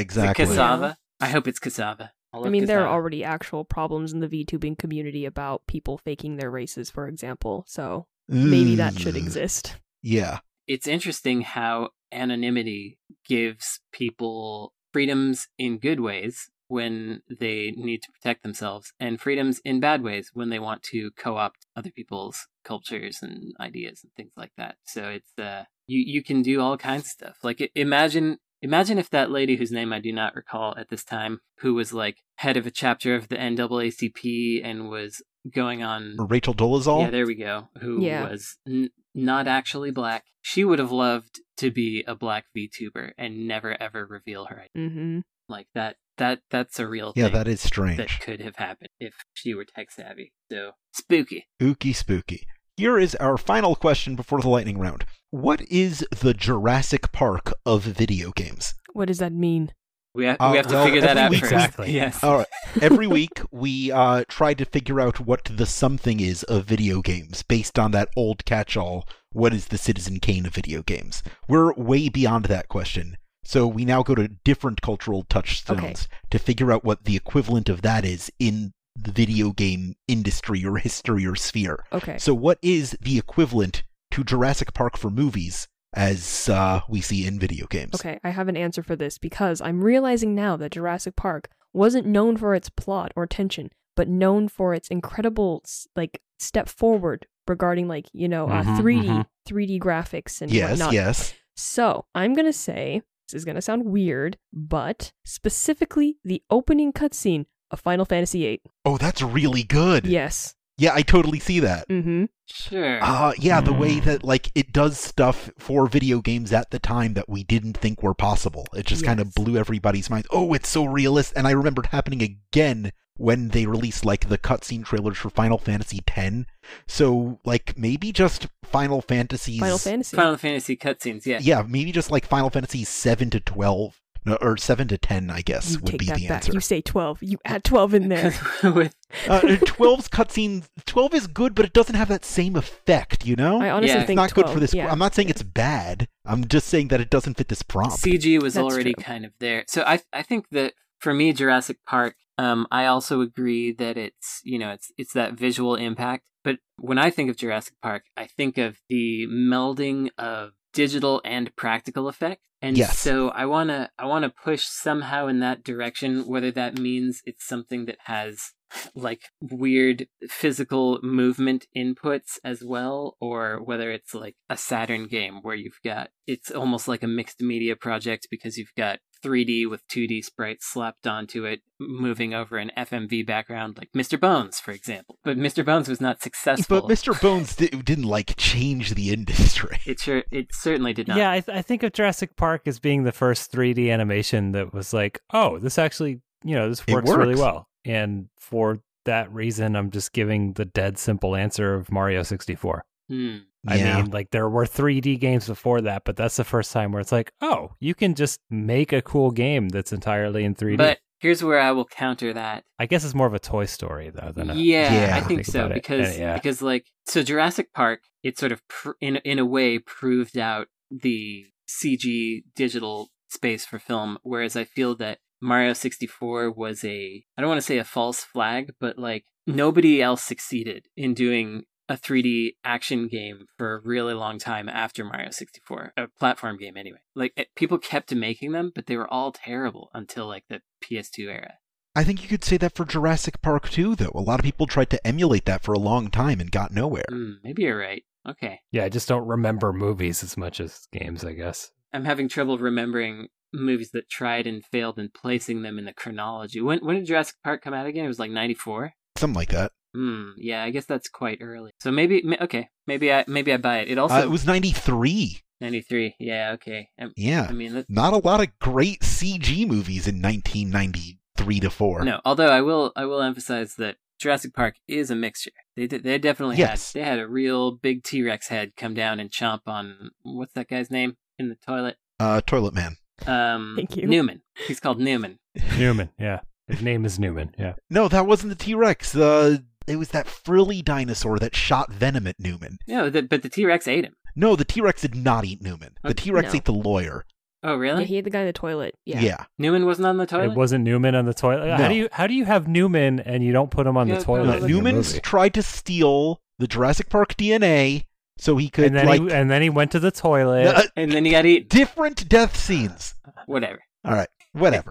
Speaker 1: cassava?
Speaker 2: exactly.
Speaker 1: uh,
Speaker 4: Kazaa-
Speaker 1: I hope it's cassava. I'll
Speaker 4: I
Speaker 1: look
Speaker 4: mean,
Speaker 1: this
Speaker 4: there are
Speaker 1: up.
Speaker 4: already actual problems in the VTubing community about people faking their races, for example. So maybe that should
Speaker 2: Ugh.
Speaker 4: exist.
Speaker 2: Mm. Yeah.
Speaker 1: it's interesting how anonymity gives people freedoms in good ways when they need to protect themselves and freedoms in bad ways when they want to co-opt other people's cultures and ideas and things like that so it's uh you you can do all kinds of stuff like i- imagine imagine if that lady whose name i do not recall at this time who was like head of a chapter of the naacp and was going on
Speaker 2: Rachel Dolezal.
Speaker 1: yeah, there we go. Who
Speaker 4: Yeah.
Speaker 1: was n- not actually black. She would have loved to be a black VTuber and never ever reveal her. identity.
Speaker 4: hmm
Speaker 1: Like that. That that's a real
Speaker 2: yeah,
Speaker 1: thing
Speaker 2: that is
Speaker 1: that
Speaker 2: strange.
Speaker 1: could have happened if she were tech savvy. So spooky.
Speaker 2: Ooky spooky. Here is our final question before the lightning round. What is the Jurassic Park of video games?
Speaker 4: What does that mean?
Speaker 1: We have,
Speaker 2: Uh,
Speaker 1: we have to
Speaker 2: well,
Speaker 1: figure that
Speaker 2: every
Speaker 1: out
Speaker 2: week-
Speaker 1: first.
Speaker 3: Exactly.
Speaker 1: Yes.
Speaker 2: All right. Every week we uh, try to figure out what the something is of video games based on that old catch-all. What is the Citizen Kane of video games? We're way beyond that question, so we now go to different cultural touchstones
Speaker 4: Okay.
Speaker 2: to figure out what the equivalent of that is in the video game industry or history or sphere.
Speaker 4: Okay.
Speaker 2: So, what is the equivalent to Jurassic Park for movies as uh, we see in video games?
Speaker 4: Okay, I have an answer for this because I'm realizing now that Jurassic Park wasn't known for its plot or tension, but known for its incredible s- like step forward regarding like, you know, uh,
Speaker 3: Mhm,
Speaker 4: 3D
Speaker 3: mhm.
Speaker 4: 3D graphics and
Speaker 2: Yes,
Speaker 4: whatnot.
Speaker 2: yes.
Speaker 4: So, I'm going to say this is going to sound weird, but specifically the opening cutscene of Final Fantasy VIII.
Speaker 2: Oh, that's really good.
Speaker 4: Yes.
Speaker 2: Yeah, I totally see that.
Speaker 4: Mhm.
Speaker 1: Sure.
Speaker 2: Uh, yeah, the way that like it does stuff for video games at the time that we didn't think were possible. It just kind
Speaker 4: Yes.
Speaker 2: of blew everybody's mind. Oh, it's so realist. And I remembered happening again when they released like the cutscene trailers for Final Fantasy X. So like maybe just Final Fantasy's
Speaker 4: Final Fantasy.
Speaker 1: Final Fantasy cutscenes. Yeah.
Speaker 2: yeah, maybe just like Final Fantasy seven to twelve no, or seven to ten, I guess
Speaker 4: you
Speaker 2: would
Speaker 4: take
Speaker 2: be
Speaker 4: that
Speaker 2: the
Speaker 4: back.
Speaker 2: answer.
Speaker 4: You say 12. You add 12 in there.
Speaker 1: 'Cause With
Speaker 2: uh, 12's cutscene. Twelve is good, but it doesn't have that same effect. You know,
Speaker 4: I honestly
Speaker 1: Yeah.
Speaker 4: think
Speaker 2: it's not
Speaker 4: 12.
Speaker 2: good for this.
Speaker 4: Yeah.
Speaker 2: I'm not saying it's bad. I'm just saying that it doesn't fit this prompt.
Speaker 1: CG was
Speaker 4: That's
Speaker 1: already
Speaker 4: true.
Speaker 1: kind of there. So I I think that for me Jurassic Park um I also agree that it's you know it's it's that visual impact but when I think of Jurassic Park I think of the melding of digital and practical effect and
Speaker 2: Yes.
Speaker 1: so I want to I want to push somehow in that direction whether that means it's something that has like weird physical movement inputs as well, or whether it's like a Saturn game where you've got it's almost like a mixed media project because you've got 3D with 2D sprites slapped onto it, moving over an FMV background, like Mr. Bones, for example. But Mr. Bones was not successful.
Speaker 2: but Mr. Bones di- didn't like change the industry.
Speaker 1: it sure, it certainly did not.
Speaker 3: Yeah, I, th- I think of Jurassic Park as being the first 3D animation that was like, oh, this actually, you know, this
Speaker 2: It
Speaker 3: works, really
Speaker 2: works.
Speaker 3: well. And for that reason, I'm just giving the dead simple answer of Mario 64.
Speaker 1: Hmm.
Speaker 3: I mean, like there were 3D games before that, but that's the first time where it's like, oh, you can just make a cool game that's entirely in 3D.
Speaker 1: But here's where I will counter that.
Speaker 3: I guess it's more of a Toy Story though than a
Speaker 1: yeah,
Speaker 2: Yeah.
Speaker 1: I think,
Speaker 3: Think
Speaker 1: so
Speaker 3: about it.
Speaker 1: because
Speaker 3: Yeah, yeah.
Speaker 1: because like so Jurassic Park it sort of pr- in in a way proved out the CG digital space for film whereas I feel that Mario 64 was a I don't want to say a false flag but like nobody else succeeded in doing a 3D action game for a really long time after Mario 64, a platform game anyway. Like it, people kept making them, but they were all terrible until like the PS2 era.
Speaker 2: I think you could say that for Jurassic Park too, though. A lot of people tried to emulate that for a long time and got nowhere.
Speaker 1: Mm, maybe you're right. Okay.
Speaker 3: yeah, I just don't remember movies as much as games, I guess.
Speaker 1: I'm having trouble remembering movies that tried and failed and placing them in the chronology. When when did Jurassic Park come out again? It was like 94.
Speaker 2: Something like that.
Speaker 1: Hmm. Yeah, I guess that's quite early. So maybe ma- okay, maybe I maybe I buy it. It also
Speaker 2: Uh, it was 93.
Speaker 1: 93. Yeah. Okay. I, I
Speaker 2: Yeah.
Speaker 1: mean, that,
Speaker 2: Not a lot of great CG movies in 1993 to 4.
Speaker 1: no. Although I will I will emphasize that Jurassic Park is a mixture. They did, they definitely
Speaker 2: Yes.
Speaker 1: had they had a real big T Rex head come down and chomp on what's that guy's name in the toilet?
Speaker 2: Uh, Toilet Man.
Speaker 1: Um,
Speaker 4: Thank you.
Speaker 1: Newman. He's called Newman.
Speaker 3: Newman, yeah. His name is Newman, yeah.
Speaker 2: No, that wasn't the T Rex. Uh, it was that frilly dinosaur that shot Venom at Newman.
Speaker 1: No, the, but the T Rex ate him.
Speaker 2: No, the T Rex did not eat Newman. The
Speaker 1: Okay,
Speaker 2: T Rex
Speaker 4: no.
Speaker 2: ate the lawyer.
Speaker 1: Oh, really?
Speaker 4: Yeah, he had the guy in the toilet. Yeah.
Speaker 1: Newman wasn't on the toilet?
Speaker 3: It wasn't Newman on the toilet.
Speaker 2: No.
Speaker 3: How do you how do you have Newman and you don't put him on
Speaker 1: Yeah,
Speaker 3: the
Speaker 2: No,
Speaker 1: Well,
Speaker 3: toilet?
Speaker 1: like the
Speaker 2: Newman's
Speaker 3: movie.
Speaker 2: tried to steal the Jurassic Park DNA so he could
Speaker 3: and then
Speaker 2: like
Speaker 3: he, and then he went to the toilet.
Speaker 2: uh,
Speaker 1: And then he got eaten.
Speaker 2: different death scenes.
Speaker 1: Whatever.
Speaker 2: All right, whatever.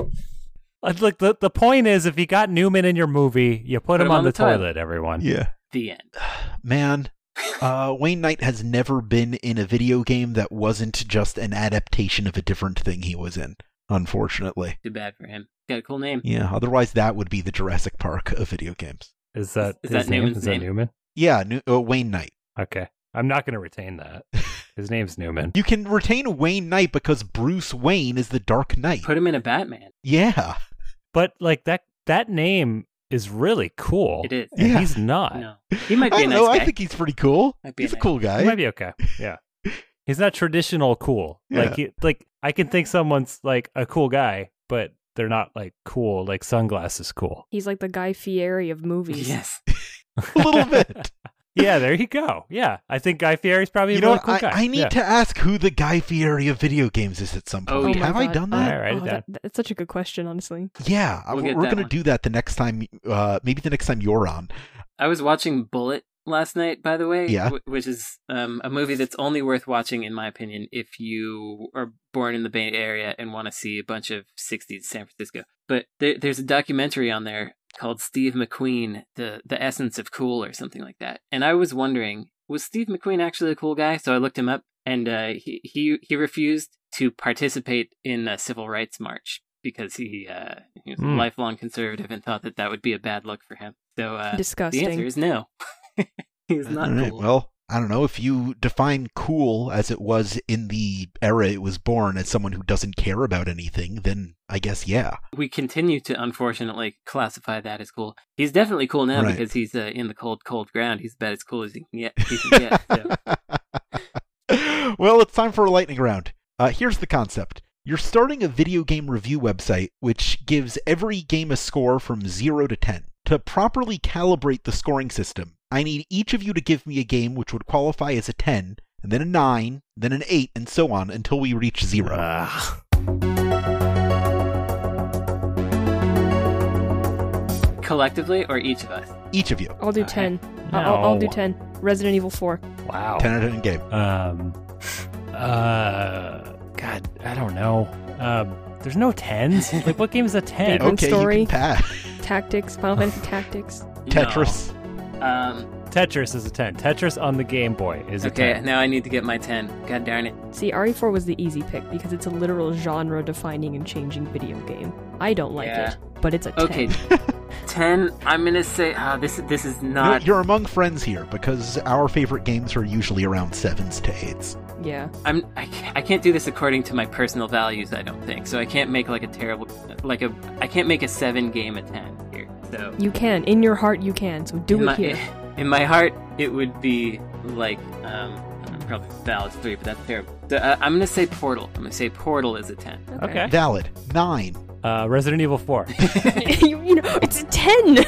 Speaker 3: Uh, Look, the, the point is, if you got Newman in your movie, you put, him, on, the, toilet, everyone.
Speaker 2: yeah,
Speaker 1: The end.
Speaker 2: man. Uh, Wayne Knight has never been in a video game that wasn't just an adaptation of a different thing he was in. Unfortunately,
Speaker 1: Too bad for him. Got a cool name.
Speaker 2: yeah. Otherwise, that would be the Jurassic Park of video games.
Speaker 3: Is that
Speaker 1: Is
Speaker 3: his
Speaker 1: that
Speaker 3: name?
Speaker 1: Newman's
Speaker 3: Is that
Speaker 1: name?
Speaker 3: Newman?
Speaker 2: Yeah, New- uh, Wayne Knight.
Speaker 3: Okay, I'm not going to retain that. His name's Newman.
Speaker 2: You can retain Wayne Knight because Bruce Wayne is the Dark Knight.
Speaker 1: Put him in a Batman.
Speaker 2: yeah,
Speaker 3: But like that that name is really cool.
Speaker 1: It is.
Speaker 3: And
Speaker 2: Yeah.
Speaker 3: he's not.
Speaker 1: No. He might be
Speaker 2: I
Speaker 1: a
Speaker 2: don't
Speaker 1: nice
Speaker 2: know.
Speaker 1: guy.
Speaker 2: I think he's pretty cool.
Speaker 1: Might be a
Speaker 2: He's a
Speaker 1: nice-
Speaker 2: cool
Speaker 3: He
Speaker 2: guy.
Speaker 3: might be okay. Yeah. he's not traditional cool. Like he, like I can think someone's like a cool guy, but they're not like cool, like sunglasses cool.
Speaker 4: He's like the Guy Fieri of movies.
Speaker 1: Yes.
Speaker 2: a little bit.
Speaker 3: Yeah, there you go. Yeah. I think Guy Fieri's probably
Speaker 2: you
Speaker 3: a
Speaker 2: know,
Speaker 3: really
Speaker 2: what?
Speaker 3: cool
Speaker 2: I,
Speaker 3: guy.
Speaker 2: I need
Speaker 3: Yeah.
Speaker 2: to ask who the Guy Fieri of video games is at some
Speaker 1: Oh,
Speaker 2: point.
Speaker 1: yeah.
Speaker 2: Have
Speaker 4: my
Speaker 2: I
Speaker 4: God.
Speaker 2: done
Speaker 4: Uh,
Speaker 2: that?
Speaker 3: All right,
Speaker 4: oh,
Speaker 3: it
Speaker 4: that- that's such a good question, honestly.
Speaker 2: Yeah,
Speaker 1: We'll
Speaker 2: we
Speaker 1: get
Speaker 2: are
Speaker 1: that
Speaker 2: gonna
Speaker 1: one.
Speaker 2: do that the next time. Uh, maybe the next time you're on.
Speaker 1: I was watching Bullet last night, by the way.
Speaker 2: Yeah.
Speaker 1: wh- which is um, a movie that's only worth watching, in my opinion, if you are born in the Bay Area and want to see a bunch of 60s San Francisco. But there, there's a documentary on there called Steve McQueen, the, the Essence of Cool, or something like that. And I was wondering, was Steve McQueen actually a cool guy? So I looked him up, and uh, he, he, he refused to participate in a civil rights march. Because he, uh, he was a
Speaker 3: Hmm.
Speaker 1: lifelong conservative and thought that that would be a bad look for him. So uh, the answer
Speaker 4: Disgusting.
Speaker 1: is no. He's not
Speaker 2: All right,
Speaker 1: cool.
Speaker 2: Well, I don't know if you define cool as it was in the era it was born as someone who doesn't care about anything, then I guess yeah.
Speaker 1: we continue to unfortunately classify that as cool. He's definitely cool now
Speaker 2: Right.
Speaker 1: because he's uh, in the cold, cold ground. He's about as cool as he can get. He can get so.
Speaker 2: well, it's time for a lightning round. Uh, here's the concept. You're starting a video game review website which gives every game a score from 0 to 10. To properly calibrate the scoring system, I need each of you to give me a game which would qualify as a 10, and then a 9, then an 8, and so on until we reach 0.
Speaker 3: Ah.
Speaker 1: collectively or each of us.
Speaker 2: each of you.
Speaker 4: I'll do
Speaker 3: Okay.
Speaker 4: 10. I- I'll, I'll do
Speaker 3: No.
Speaker 4: 10. Resident Evil 4.
Speaker 3: wow.
Speaker 2: 10 out of 10 game.
Speaker 3: Um, uh, God, I don't know. Um, there's no tens. like, what game is a ten?
Speaker 4: Big One
Speaker 2: okay,
Speaker 4: story.
Speaker 2: you can pass.
Speaker 4: Tactics. Final Fantasy Tactics.
Speaker 2: Tetris.
Speaker 1: No. Um,
Speaker 3: Tetris is a ten. Tetris on the Game Boy is a
Speaker 1: okay,
Speaker 3: ten.
Speaker 1: now I need to get my ten. God darn it!
Speaker 4: See, RE4 was the easy pick because it's a literal genre defining and changing video game. I don't like
Speaker 1: Yeah.
Speaker 4: it, but it's a 10.
Speaker 1: Okay, ten. I'm gonna say ah, this. This is
Speaker 2: No,
Speaker 1: not.
Speaker 2: you're among friends here because our favorite games are usually around 7s to 8s.
Speaker 4: Yeah.
Speaker 1: I'm. I can't, I can't do this according to my personal values. I don't think so. I can't make like a terrible, like a. I can't make a seven game a ten here. So
Speaker 4: You can. In your heart, you can. So do
Speaker 1: in
Speaker 4: it
Speaker 1: my,
Speaker 4: here.
Speaker 1: In my heart, it would be like um, I'm probably Valid Three, but that's terrible. So, uh, I'm gonna say Portal. I'm gonna say Portal is a ten.
Speaker 3: Okay.
Speaker 2: Valid. 9.
Speaker 3: Uh, Resident Evil Four.
Speaker 4: you, you know, it's a 10!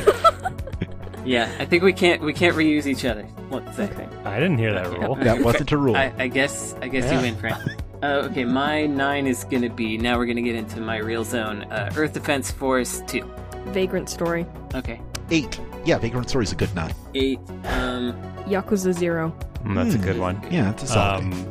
Speaker 1: Yeah, I think we can't we can't reuse each other. Let's say.
Speaker 4: okay.
Speaker 3: I didn't hear that rule.
Speaker 2: That wasn't a rule.
Speaker 1: I, I guess I guess you
Speaker 3: Yeah.
Speaker 1: win, Frank. Uh, okay, my nine is gonna be. Now we're gonna get into my real zone. Uh, Earth Defense Force Two.
Speaker 4: Vagrant Story.
Speaker 1: Okay,
Speaker 2: 8. Yeah, Vagrant Story's a good 9.
Speaker 1: eight. Um,
Speaker 4: Yakuza 0.
Speaker 3: Mm, that's a good one.
Speaker 2: Yeah, it's a solid.
Speaker 3: Um,
Speaker 2: eight.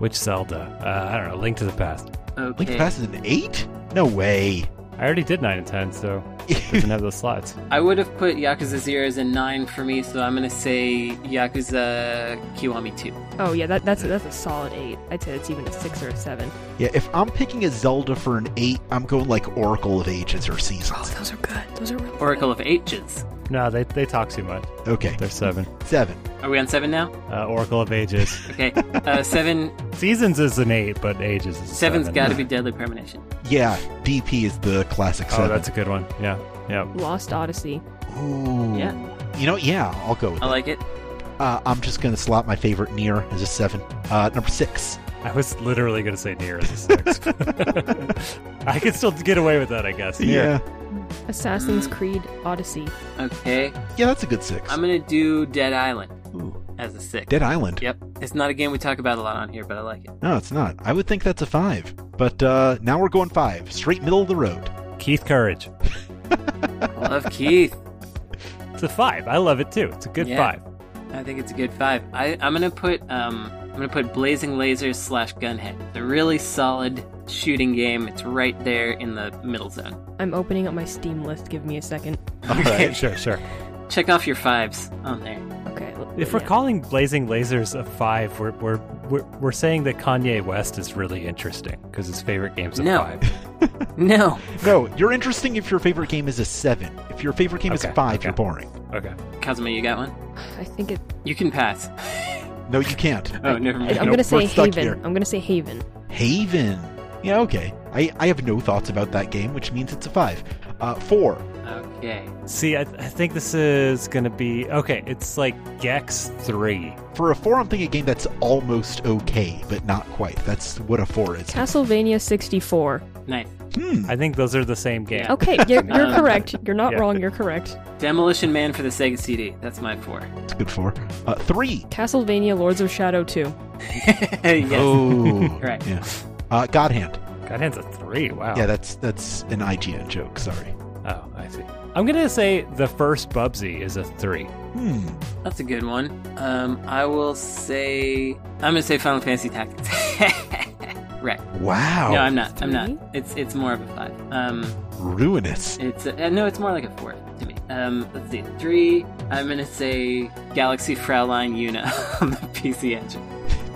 Speaker 3: which Zelda? Uh, I don't know. Link to the Past.
Speaker 1: okay.
Speaker 2: Link to the Past is an 8? No way.
Speaker 3: I already did nine and ten, so it doesn't have those slots.
Speaker 1: I would have put Yakuza Zero as a nine for me, so I'm gonna say Yakuza Kiwami Two.
Speaker 4: Oh, yeah, that, that's, a, that's a solid 8. I'd say that's even a 6 or a 7.
Speaker 2: yeah, if I'm picking a Zelda for an 8, I'm going like Oracle of Ages or Seasons.
Speaker 4: Those are good. Those are really
Speaker 1: Oracle of Ages.
Speaker 3: No, they they talk too much.
Speaker 2: Okay,
Speaker 3: They're seven.
Speaker 2: 7.
Speaker 1: Are we on seven now?
Speaker 3: Uh, Oracle of Ages.
Speaker 1: Okay. Uh, seven.
Speaker 3: Seasons is an eight, but Ages is a
Speaker 1: Seven's
Speaker 3: seven.
Speaker 1: got to be Deadly Premonition.
Speaker 2: Yeah, DP is the classic
Speaker 3: Oh,
Speaker 2: 7.
Speaker 3: that's a good one. Yeah, yeah.
Speaker 4: Lost Odyssey.
Speaker 2: Ooh.
Speaker 1: Yeah.
Speaker 2: You know, yeah, I'll go with
Speaker 1: I like it.
Speaker 2: it. Uh, I'm just going to slot my favorite near as a 7. Uh, number 6.
Speaker 3: I was literally going to say near as a six. I could still get away with that, I guess.
Speaker 2: Yeah.
Speaker 4: Assassin's Creed Odyssey.
Speaker 1: Okay.
Speaker 2: Yeah, that's a good 6.
Speaker 1: I'm gonna do Dead Island.
Speaker 2: Ooh.
Speaker 1: as a six.
Speaker 2: Dead Island.
Speaker 1: Yep. It's not a game we talk about a lot on here, but I like it.
Speaker 2: No, it's not. I would think that's a five. But uh, now we're going five, straight middle of the road.
Speaker 3: Keith Courage.
Speaker 1: I love Keith.
Speaker 3: It's a five. I love it too. It's a good
Speaker 1: Yeah.
Speaker 3: five.
Speaker 1: I think it's a good five. I, I'm gonna put um, I'm gonna put Blazing Lasers slash Gunhead. It's a really solid shooting game. It's right there in the middle zone.
Speaker 4: I'm opening up my Steam list. Give me a second.
Speaker 2: All right.
Speaker 3: Sure, sure.
Speaker 1: Check off your fives on there.
Speaker 4: Okay. l-
Speaker 3: If we're
Speaker 4: yeah.
Speaker 3: calling Blazing Lasers a five, we're we're we're, we're saying that Kanye West is really interesting because his favorite game's a
Speaker 1: No.
Speaker 3: five.
Speaker 1: No,
Speaker 2: No, you're interesting if your favorite game is a seven. If your favorite game is
Speaker 3: Okay,
Speaker 2: a five,
Speaker 3: okay.
Speaker 2: you're boring.
Speaker 3: Okay.
Speaker 1: Kazuma, you got one.
Speaker 4: I think it.
Speaker 1: You can pass.
Speaker 2: No, you can't.
Speaker 1: Oh, never
Speaker 4: I-
Speaker 1: mind.
Speaker 4: I'm
Speaker 2: Nope,
Speaker 4: gonna
Speaker 2: we're
Speaker 4: say
Speaker 2: stuck
Speaker 4: Haven.
Speaker 2: here.
Speaker 4: I'm gonna say Haven.
Speaker 2: Haven. Yeah, okay. I, I have no thoughts about that game, which means it's a five. Uh, four.
Speaker 1: Okay.
Speaker 3: See, I, I think this is going to be okay. It's like Gex three.
Speaker 2: For a four, I'm thinking a game that's almost okay, but not quite. That's what a four is.
Speaker 4: Castlevania 64.
Speaker 1: Nice.
Speaker 2: Hmm.
Speaker 3: I think those are the same game.
Speaker 1: Yeah.
Speaker 4: Okay, you're, you're
Speaker 1: Um,
Speaker 4: correct. You're not
Speaker 3: yeah.
Speaker 4: wrong. You're correct.
Speaker 1: Demolition Man for the Sega CD. That's my four.
Speaker 2: That's good four. Uh, three.
Speaker 4: Castlevania Lords of Shadow 2.
Speaker 1: yes.
Speaker 2: Oh.
Speaker 1: Right. Oh.
Speaker 2: Yeah. Uh, God Hand.
Speaker 3: God hands a three. Wow.
Speaker 2: Yeah, that's that's an IGN joke. Sorry.
Speaker 3: oh, I see. I'm gonna say the first Bubsy is a three.
Speaker 2: Hmm.
Speaker 1: That's a good one. Um, I will say I'm gonna say Final Fantasy Tactics. right.
Speaker 2: Wow.
Speaker 1: no, I'm not. I'm not.
Speaker 4: three?
Speaker 1: It's it's more of a five. Um,
Speaker 2: Ruinous.
Speaker 1: It's uh, no, it's more like a four to me. Um, let's see, three. I'm gonna say Galaxy Fraulein Una on the PC Engine.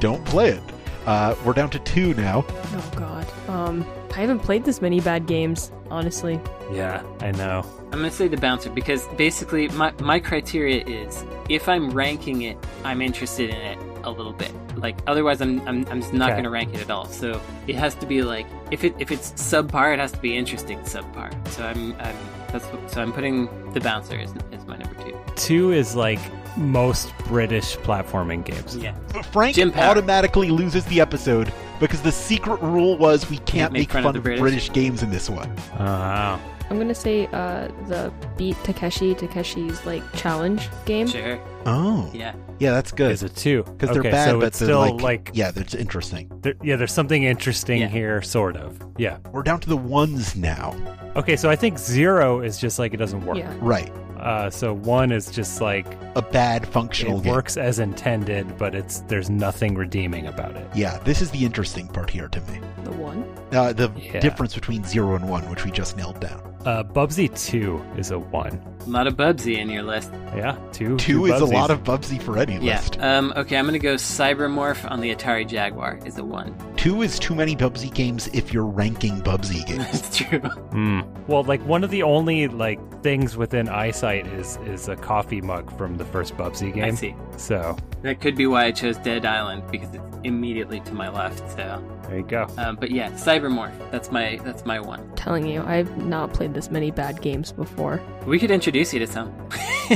Speaker 2: Don't play it. Uh, we're down to two now.
Speaker 4: Oh god. Um, I haven't played this many bad games, honestly.
Speaker 3: Yeah, I know.
Speaker 1: I'm gonna say the bouncer because basically my my criteria is if I'm ranking it, I'm interested in it a little bit. Like otherwise, I'm I'm, I'm just not
Speaker 3: Okay.
Speaker 1: gonna rank it at all. So it has to be like if it if it's subpar, it has to be interesting subpar. So I'm I'm that's what, so I'm putting the bouncer as, as my number two.
Speaker 3: Two is like most British platforming games.
Speaker 1: Yeah,
Speaker 2: Frank
Speaker 1: Jim Power.
Speaker 2: automatically loses the episode because the secret rule was we can't
Speaker 1: make
Speaker 2: make
Speaker 1: fun
Speaker 2: fun
Speaker 1: of
Speaker 2: of
Speaker 1: the British.
Speaker 2: British games in this one.
Speaker 3: Oh, wow.
Speaker 4: I'm gonna say uh, the Beat Takeshi, Takeshi's like challenge game.
Speaker 1: sure,
Speaker 2: Oh. Yeah,
Speaker 1: yeah.
Speaker 2: that's good.
Speaker 3: Is a two
Speaker 2: Because
Speaker 3: okay,
Speaker 2: they're bad,
Speaker 3: so
Speaker 2: but
Speaker 3: it's
Speaker 2: they're
Speaker 3: still
Speaker 2: like,
Speaker 3: like,
Speaker 2: yeah, that's interesting.
Speaker 3: there- yeah, there's something interesting
Speaker 1: Yeah.
Speaker 3: here, sort of. Yeah.
Speaker 2: We're down to the ones now.
Speaker 3: Okay, so I think zero is just like it doesn't work.
Speaker 4: Yeah.
Speaker 2: Right.
Speaker 3: Uh, so one is just like
Speaker 2: A bad functional
Speaker 3: it
Speaker 2: game.
Speaker 3: works as intended, but it's there's nothing redeeming about it.
Speaker 2: Yeah, this is the interesting part here to me.
Speaker 4: The one?
Speaker 2: Uh, the
Speaker 3: Yeah.
Speaker 2: difference between zero and one, which we just nailed down.
Speaker 3: Uh, Bubsy two is a one.
Speaker 1: A lot of Bubsy in your list.
Speaker 3: Yeah, two.
Speaker 2: Two is a
Speaker 3: Bubsies.
Speaker 2: lot of Bubsy for any
Speaker 1: Yeah.
Speaker 2: list.
Speaker 1: Um, okay, I'm gonna go Cybermorph on the Atari Jaguar is a one.
Speaker 2: Two is too many Bubsy games if you're ranking Bubsy games.
Speaker 1: That's true.
Speaker 3: Hmm. Well, like one of the only like things within eyesight is is a coffee mug from the first Bubsy
Speaker 1: I
Speaker 3: game.
Speaker 1: see.
Speaker 3: So
Speaker 1: That could be why I chose Dead Island because it's immediately to my left. So,
Speaker 3: there you go.
Speaker 1: um, but yeah, Cybermorph. That's my that's my one.
Speaker 4: telling you, I've not played this many bad games before.
Speaker 1: We could introduce you to some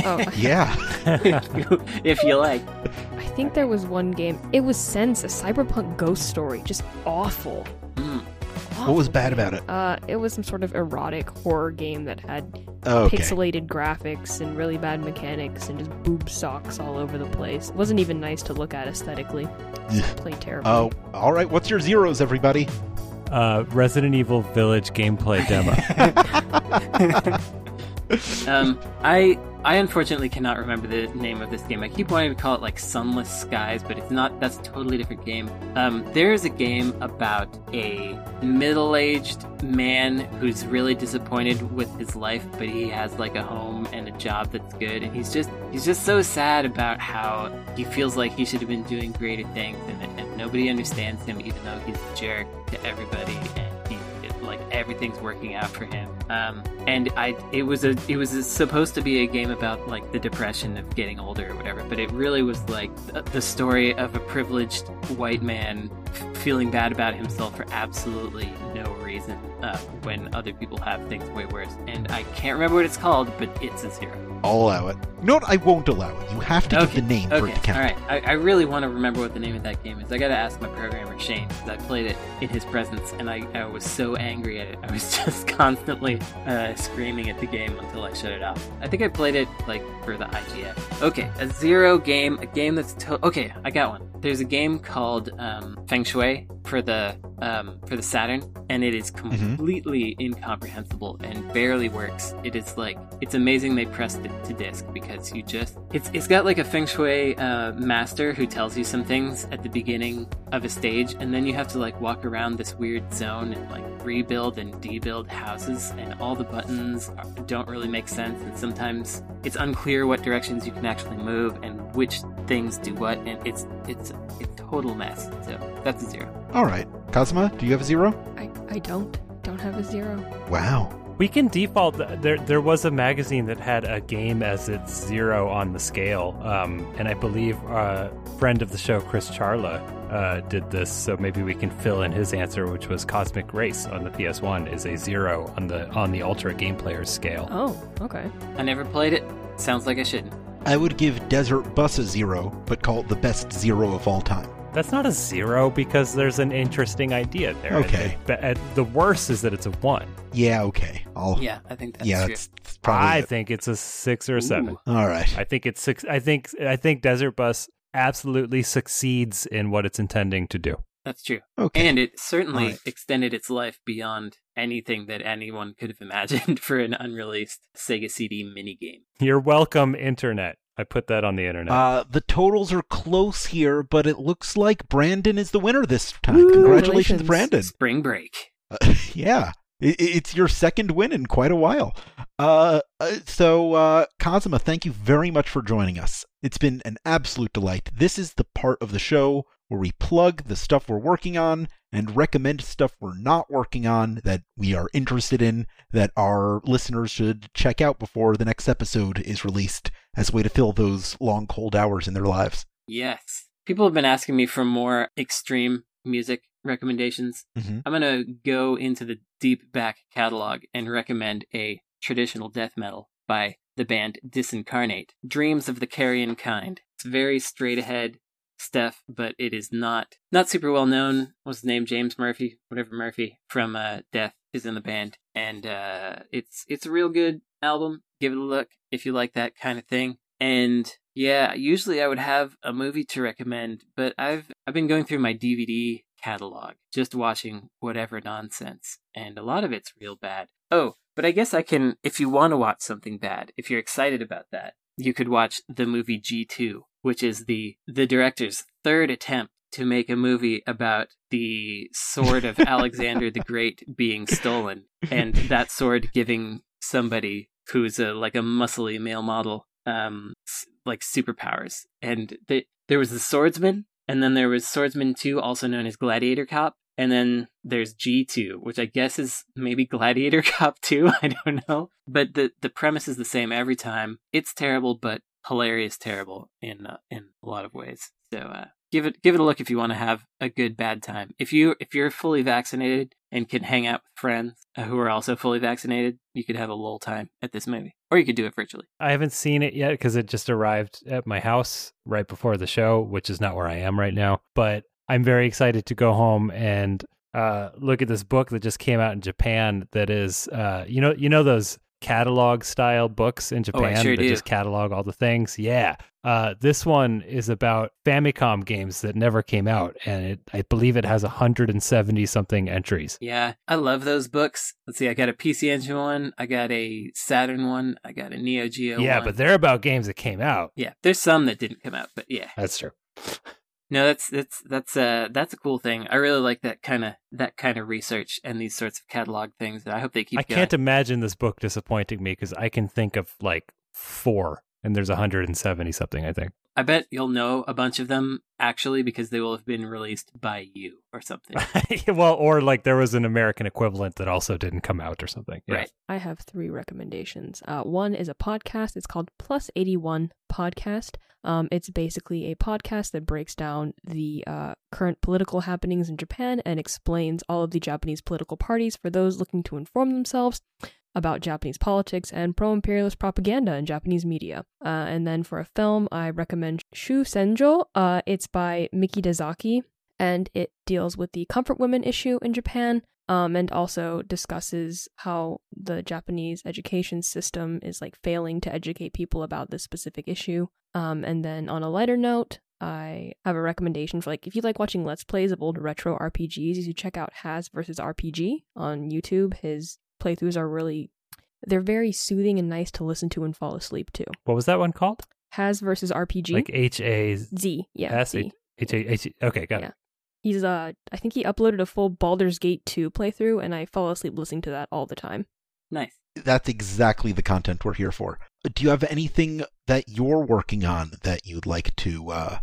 Speaker 4: Oh,
Speaker 2: yeah.
Speaker 1: if you like.
Speaker 4: I think there was one game. It was Sense, a cyberpunk ghost story. Just awful.
Speaker 1: Mm.
Speaker 2: What was bad about it?
Speaker 4: Uh, it was some sort of erotic horror game that had
Speaker 2: Oh, Okay.
Speaker 4: pixelated graphics and really bad mechanics and just boob socks all over the place. It wasn't even nice to look at aesthetically. Played terribly.
Speaker 2: Oh, all right. What's your zeros, everybody?
Speaker 3: Uh, Resident Evil Village gameplay demo.
Speaker 1: Um, I I unfortunately cannot remember the name of this game. I keep wanting to call it like Sunless Skies, but it's not. That's a totally different game. Um, there is a game about a middle-aged man who's really disappointed with his life, but he has like a home and a job that's good, and he's just he's just so sad about how he feels like he should have been doing greater things, and, and nobody understands him, even though he's a jerk to everybody. And he it- like everything's working out for him. Um, and I, it was a, it was supposed to be a game about like the depression of getting older or whatever, but it really was like th- the story of a privileged white man f- feeling bad about himself for absolutely no reason uh, when other people have things way worse. And I can't remember what it's called, but it's a zero.
Speaker 2: I'll allow it. No, I won't allow it. You have to give
Speaker 1: Okay,
Speaker 2: the name for it to
Speaker 1: Okay,
Speaker 2: count.
Speaker 1: all right. I, I really want to remember what the name of that game is. I got to ask my programmer Shane because I played it in his presence, and I, I was so angry at it. I was just constantly uh, screaming at the game until I shut it off. I think I played it like for the IGF. Okay, a zero game, a game that's to- okay. I got one. There's a game called um, Feng Shui for the um, for the Saturn, and it is completely incomprehensible and barely works. It is like it's amazing they pressed it to disc because you just it's it's got like a feng shui uh, master who tells you some things at the beginning of a stage, and then you have to like walk around this weird zone and like rebuild and debuild houses, and all the buttons are- don't really make sense, and sometimes it's unclear what directions you can actually move and which things do what, and it's it's a total mess. So that's a zero.
Speaker 2: All right. Cosma, do you have a zero?
Speaker 4: I, I don't. Don't have a zero.
Speaker 2: Wow.
Speaker 3: We can default. There, there was a magazine that had a game as its zero on the scale, um, and I believe uh, friend of the show Chris Charla uh, did this. So maybe we can fill in his answer, which was Cosmic Race on the PS1 is a zero on the on the Ultra Game Player's scale.
Speaker 4: Oh, okay.
Speaker 1: I never played it. Sounds like I shouldn't.
Speaker 2: I would give Desert Bus a zero, but call it the best zero of all time.
Speaker 3: That's not a zero because there's an interesting idea there.
Speaker 2: Okay.
Speaker 3: At- at- at- the worst is that it's a one.
Speaker 2: Yeah, okay. I'll.
Speaker 1: Yeah, I think that's
Speaker 2: Oh. yeah,
Speaker 1: true.
Speaker 2: that's, that's probably.
Speaker 3: I
Speaker 2: it.
Speaker 3: think it's a six or a seven.
Speaker 1: Ooh.
Speaker 2: All right.
Speaker 3: I think it's six. I think I think Desert Bus absolutely succeeds in what it's intending to do.
Speaker 1: That's true.
Speaker 2: Okay.
Speaker 1: And it certainly
Speaker 2: Alright.
Speaker 1: extended its life beyond anything that anyone could have imagined for an unreleased Sega CD minigame.
Speaker 3: You're welcome, Internet. I put that on the internet.
Speaker 2: Uh, the totals are close here, but it looks like Brandon is the winner this time.
Speaker 4: Woo!
Speaker 2: Congratulations,
Speaker 4: Congratulations.
Speaker 2: Brandon.
Speaker 1: Spring Break.
Speaker 2: Uh, yeah, I- I it's your second win in quite a while. Uh, uh, so, uh, Cosima, thank you very much for joining us. It's been an absolute delight. This is the part of the show where we plug the stuff we're working on and recommend stuff we're not working on that we are interested in that our listeners should check out before the next episode is released as a way to fill those long cold hours in their lives.
Speaker 1: Yes. People have been asking me for more extreme music recommendations.
Speaker 2: Mm-hmm.
Speaker 1: I'm going to go into the deep back catalog and recommend a traditional death metal by the band Disincarnate Dreams of the Carrion Kind. It's very straight ahead stuff, but it is not not super well known. What's his name? James Murphy, whatever Murphy from uh, Death is in the band, and uh, it's it's a real good album. Give it a look if you like that kind of thing. And yeah, usually I would have a movie to recommend, but I've I've been going through my DVD catalog, just watching whatever nonsense, and a lot of it's real bad. Oh, but I guess I can if you want to watch something bad, if you're excited about that, you could watch the movie G2, which is the the director's third attempt to make a movie about the sword of Alexander the Great being stolen and that sword giving somebody who's a like a muscly male model um s- like superpowers and the, there was the swordsman and then there was swordsman 2 also known as gladiator cop and then there's G2, which I guess is maybe Gladiator Cop 2. I don't know. But the, the premise is the same every time. It's terrible, but hilarious terrible in uh, in a lot of ways. So uh, give it give it a look if you want to have a good bad time. If you if you're fully vaccinated and can hang out with friends uh, who are also fully vaccinated, you could have a lull time at this movie, or you could do it virtually.
Speaker 3: I haven't seen it yet because it just arrived at my house right before the show, which is not where I am right now. But I'm very excited to go home and uh, look at this book that just came out in Japan. That is, uh, you know, you know those catalog style books in Japan
Speaker 1: Oh, sure
Speaker 3: that
Speaker 1: do.
Speaker 3: just catalog all the things. Yeah, uh, this one is about Famicom games that never came out, and it, I believe it has 170 something entries.
Speaker 1: Yeah, I love those books. Let's see, I got a PC Engine one, I got a Saturn one, I got a Neo Geo.
Speaker 3: yeah,
Speaker 1: one.
Speaker 3: but they're about games that came out.
Speaker 1: yeah, there's some that didn't come out, but yeah.
Speaker 3: That's true.
Speaker 1: No, that's that's that's uh that's a cool thing. I really like that kind of that kind of research and these sorts of catalog things. And I hope they keep.
Speaker 3: I
Speaker 1: going.
Speaker 3: can't imagine this book disappointing me because I can think of like four, and there's 170 something. I think.
Speaker 1: I bet you'll know a bunch of them actually because they will have been released by you or something.
Speaker 3: well, or like there was an American equivalent that also didn't come out or something. Yeah.
Speaker 1: Right.
Speaker 4: I have three recommendations. Uh, one is a podcast. It's called Plus 81 Podcast. Um, it's basically a podcast that breaks down the uh, current political happenings in Japan and explains all of the Japanese political parties for those looking to inform themselves. about Japanese politics and pro imperialist propaganda in Japanese media. Uh, and then for a film, I recommend Shu Senjo. Uh, it's by Miki Dazaki, and it deals with the comfort women issue in Japan. Um, and also discusses how the Japanese education system is like failing to educate people about this specific issue. Um, and then on a lighter note, I have a recommendation for like if you like watching let's plays of old retro RPGs, you should check out Has versus RPG on YouTube. His playthroughs are really they're very soothing and nice to listen to and fall asleep to.
Speaker 3: What was that one called?
Speaker 4: Has versus RPG.
Speaker 3: Like H A S
Speaker 4: Z. Yeah.
Speaker 3: H
Speaker 4: Z.
Speaker 3: H H. Okay, got
Speaker 4: Yeah.
Speaker 3: it.
Speaker 4: He's uh I think he uploaded a full Baldur's Gate 2 playthrough and I fall asleep listening to that all the time.
Speaker 1: Nice.
Speaker 2: That's exactly the content we're here for. Do you have anything that you're working on that you'd like to uh,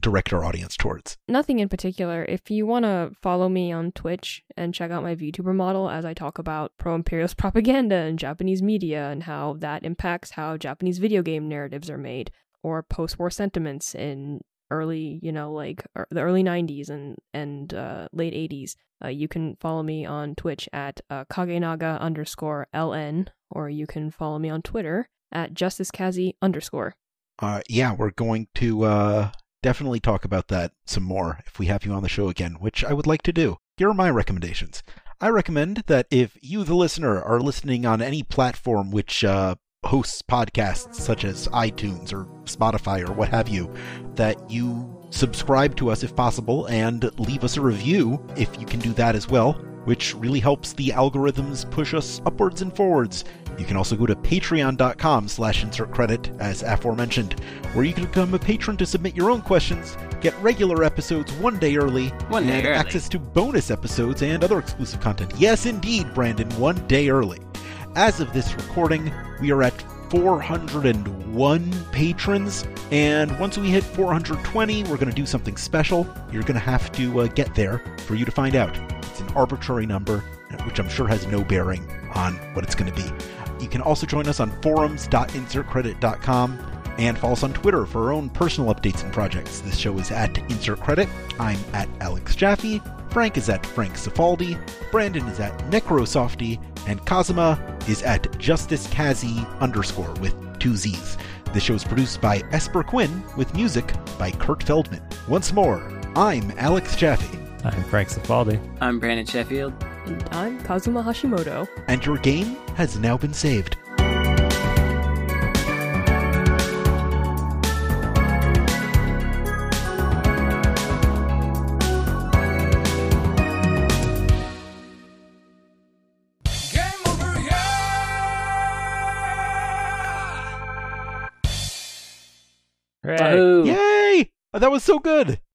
Speaker 2: direct our audience towards?
Speaker 4: nothing in particular. If you want to follow me on Twitch and check out my VTuber model as I talk about pro imperialist propaganda and Japanese media and how that impacts how Japanese video game narratives are made or post war sentiments in early, you know, like er, the early 90s and, and uh, late 80s, uh, you can follow me on Twitch at uh, kagenaga underscore LN or you can follow me on Twitter at justicekazi underscore.
Speaker 2: Uh, yeah, we're going to uh, definitely talk about that some more if we have you on the show again, which I would like to do. Here are my recommendations. I recommend that if you, the listener, are listening on any platform which uh, hosts podcasts such as iTunes or Spotify or what have you, that you subscribe to us if possible and leave us a review if you can do that as well, which really helps the algorithms push us upwards and forwards. You can also go to patreon.com slash insert credit, as aforementioned, where you can become a patron to submit your own questions, get regular episodes one day early,
Speaker 1: One day
Speaker 2: and
Speaker 1: early.
Speaker 2: access to bonus episodes and other exclusive content. Yes, indeed, Brandon, one day early. As of this recording, we are at 401 patrons, and once we hit 420, we're going to do something special. You're going to have to uh, get there for you to find out. It's an arbitrary number, which I'm sure has no bearing on what it's going to be. You can also join us on forums.insertcredit.com and follow us on Twitter for our own personal updates and projects. This show is at Insert Credit. I'm at Alex Jaffe. Frank is at Frank Safaldi. Brandon is at Necrosofty. And Kazuma is at Justice Kazi underscore with two Z's. The show is produced by Esper Quinn with music by Kurt Feldman. Once more, I'm Alex Jaffe,
Speaker 3: I'm Frank Safaldi.
Speaker 1: I'm Brandon Sheffield.
Speaker 4: And I'm Kazuma Hashimoto.
Speaker 2: and your game has now been saved.
Speaker 5: Game over, yeah!
Speaker 3: Hooray.
Speaker 1: Wahoo!
Speaker 2: Yay! Oh, That was so good!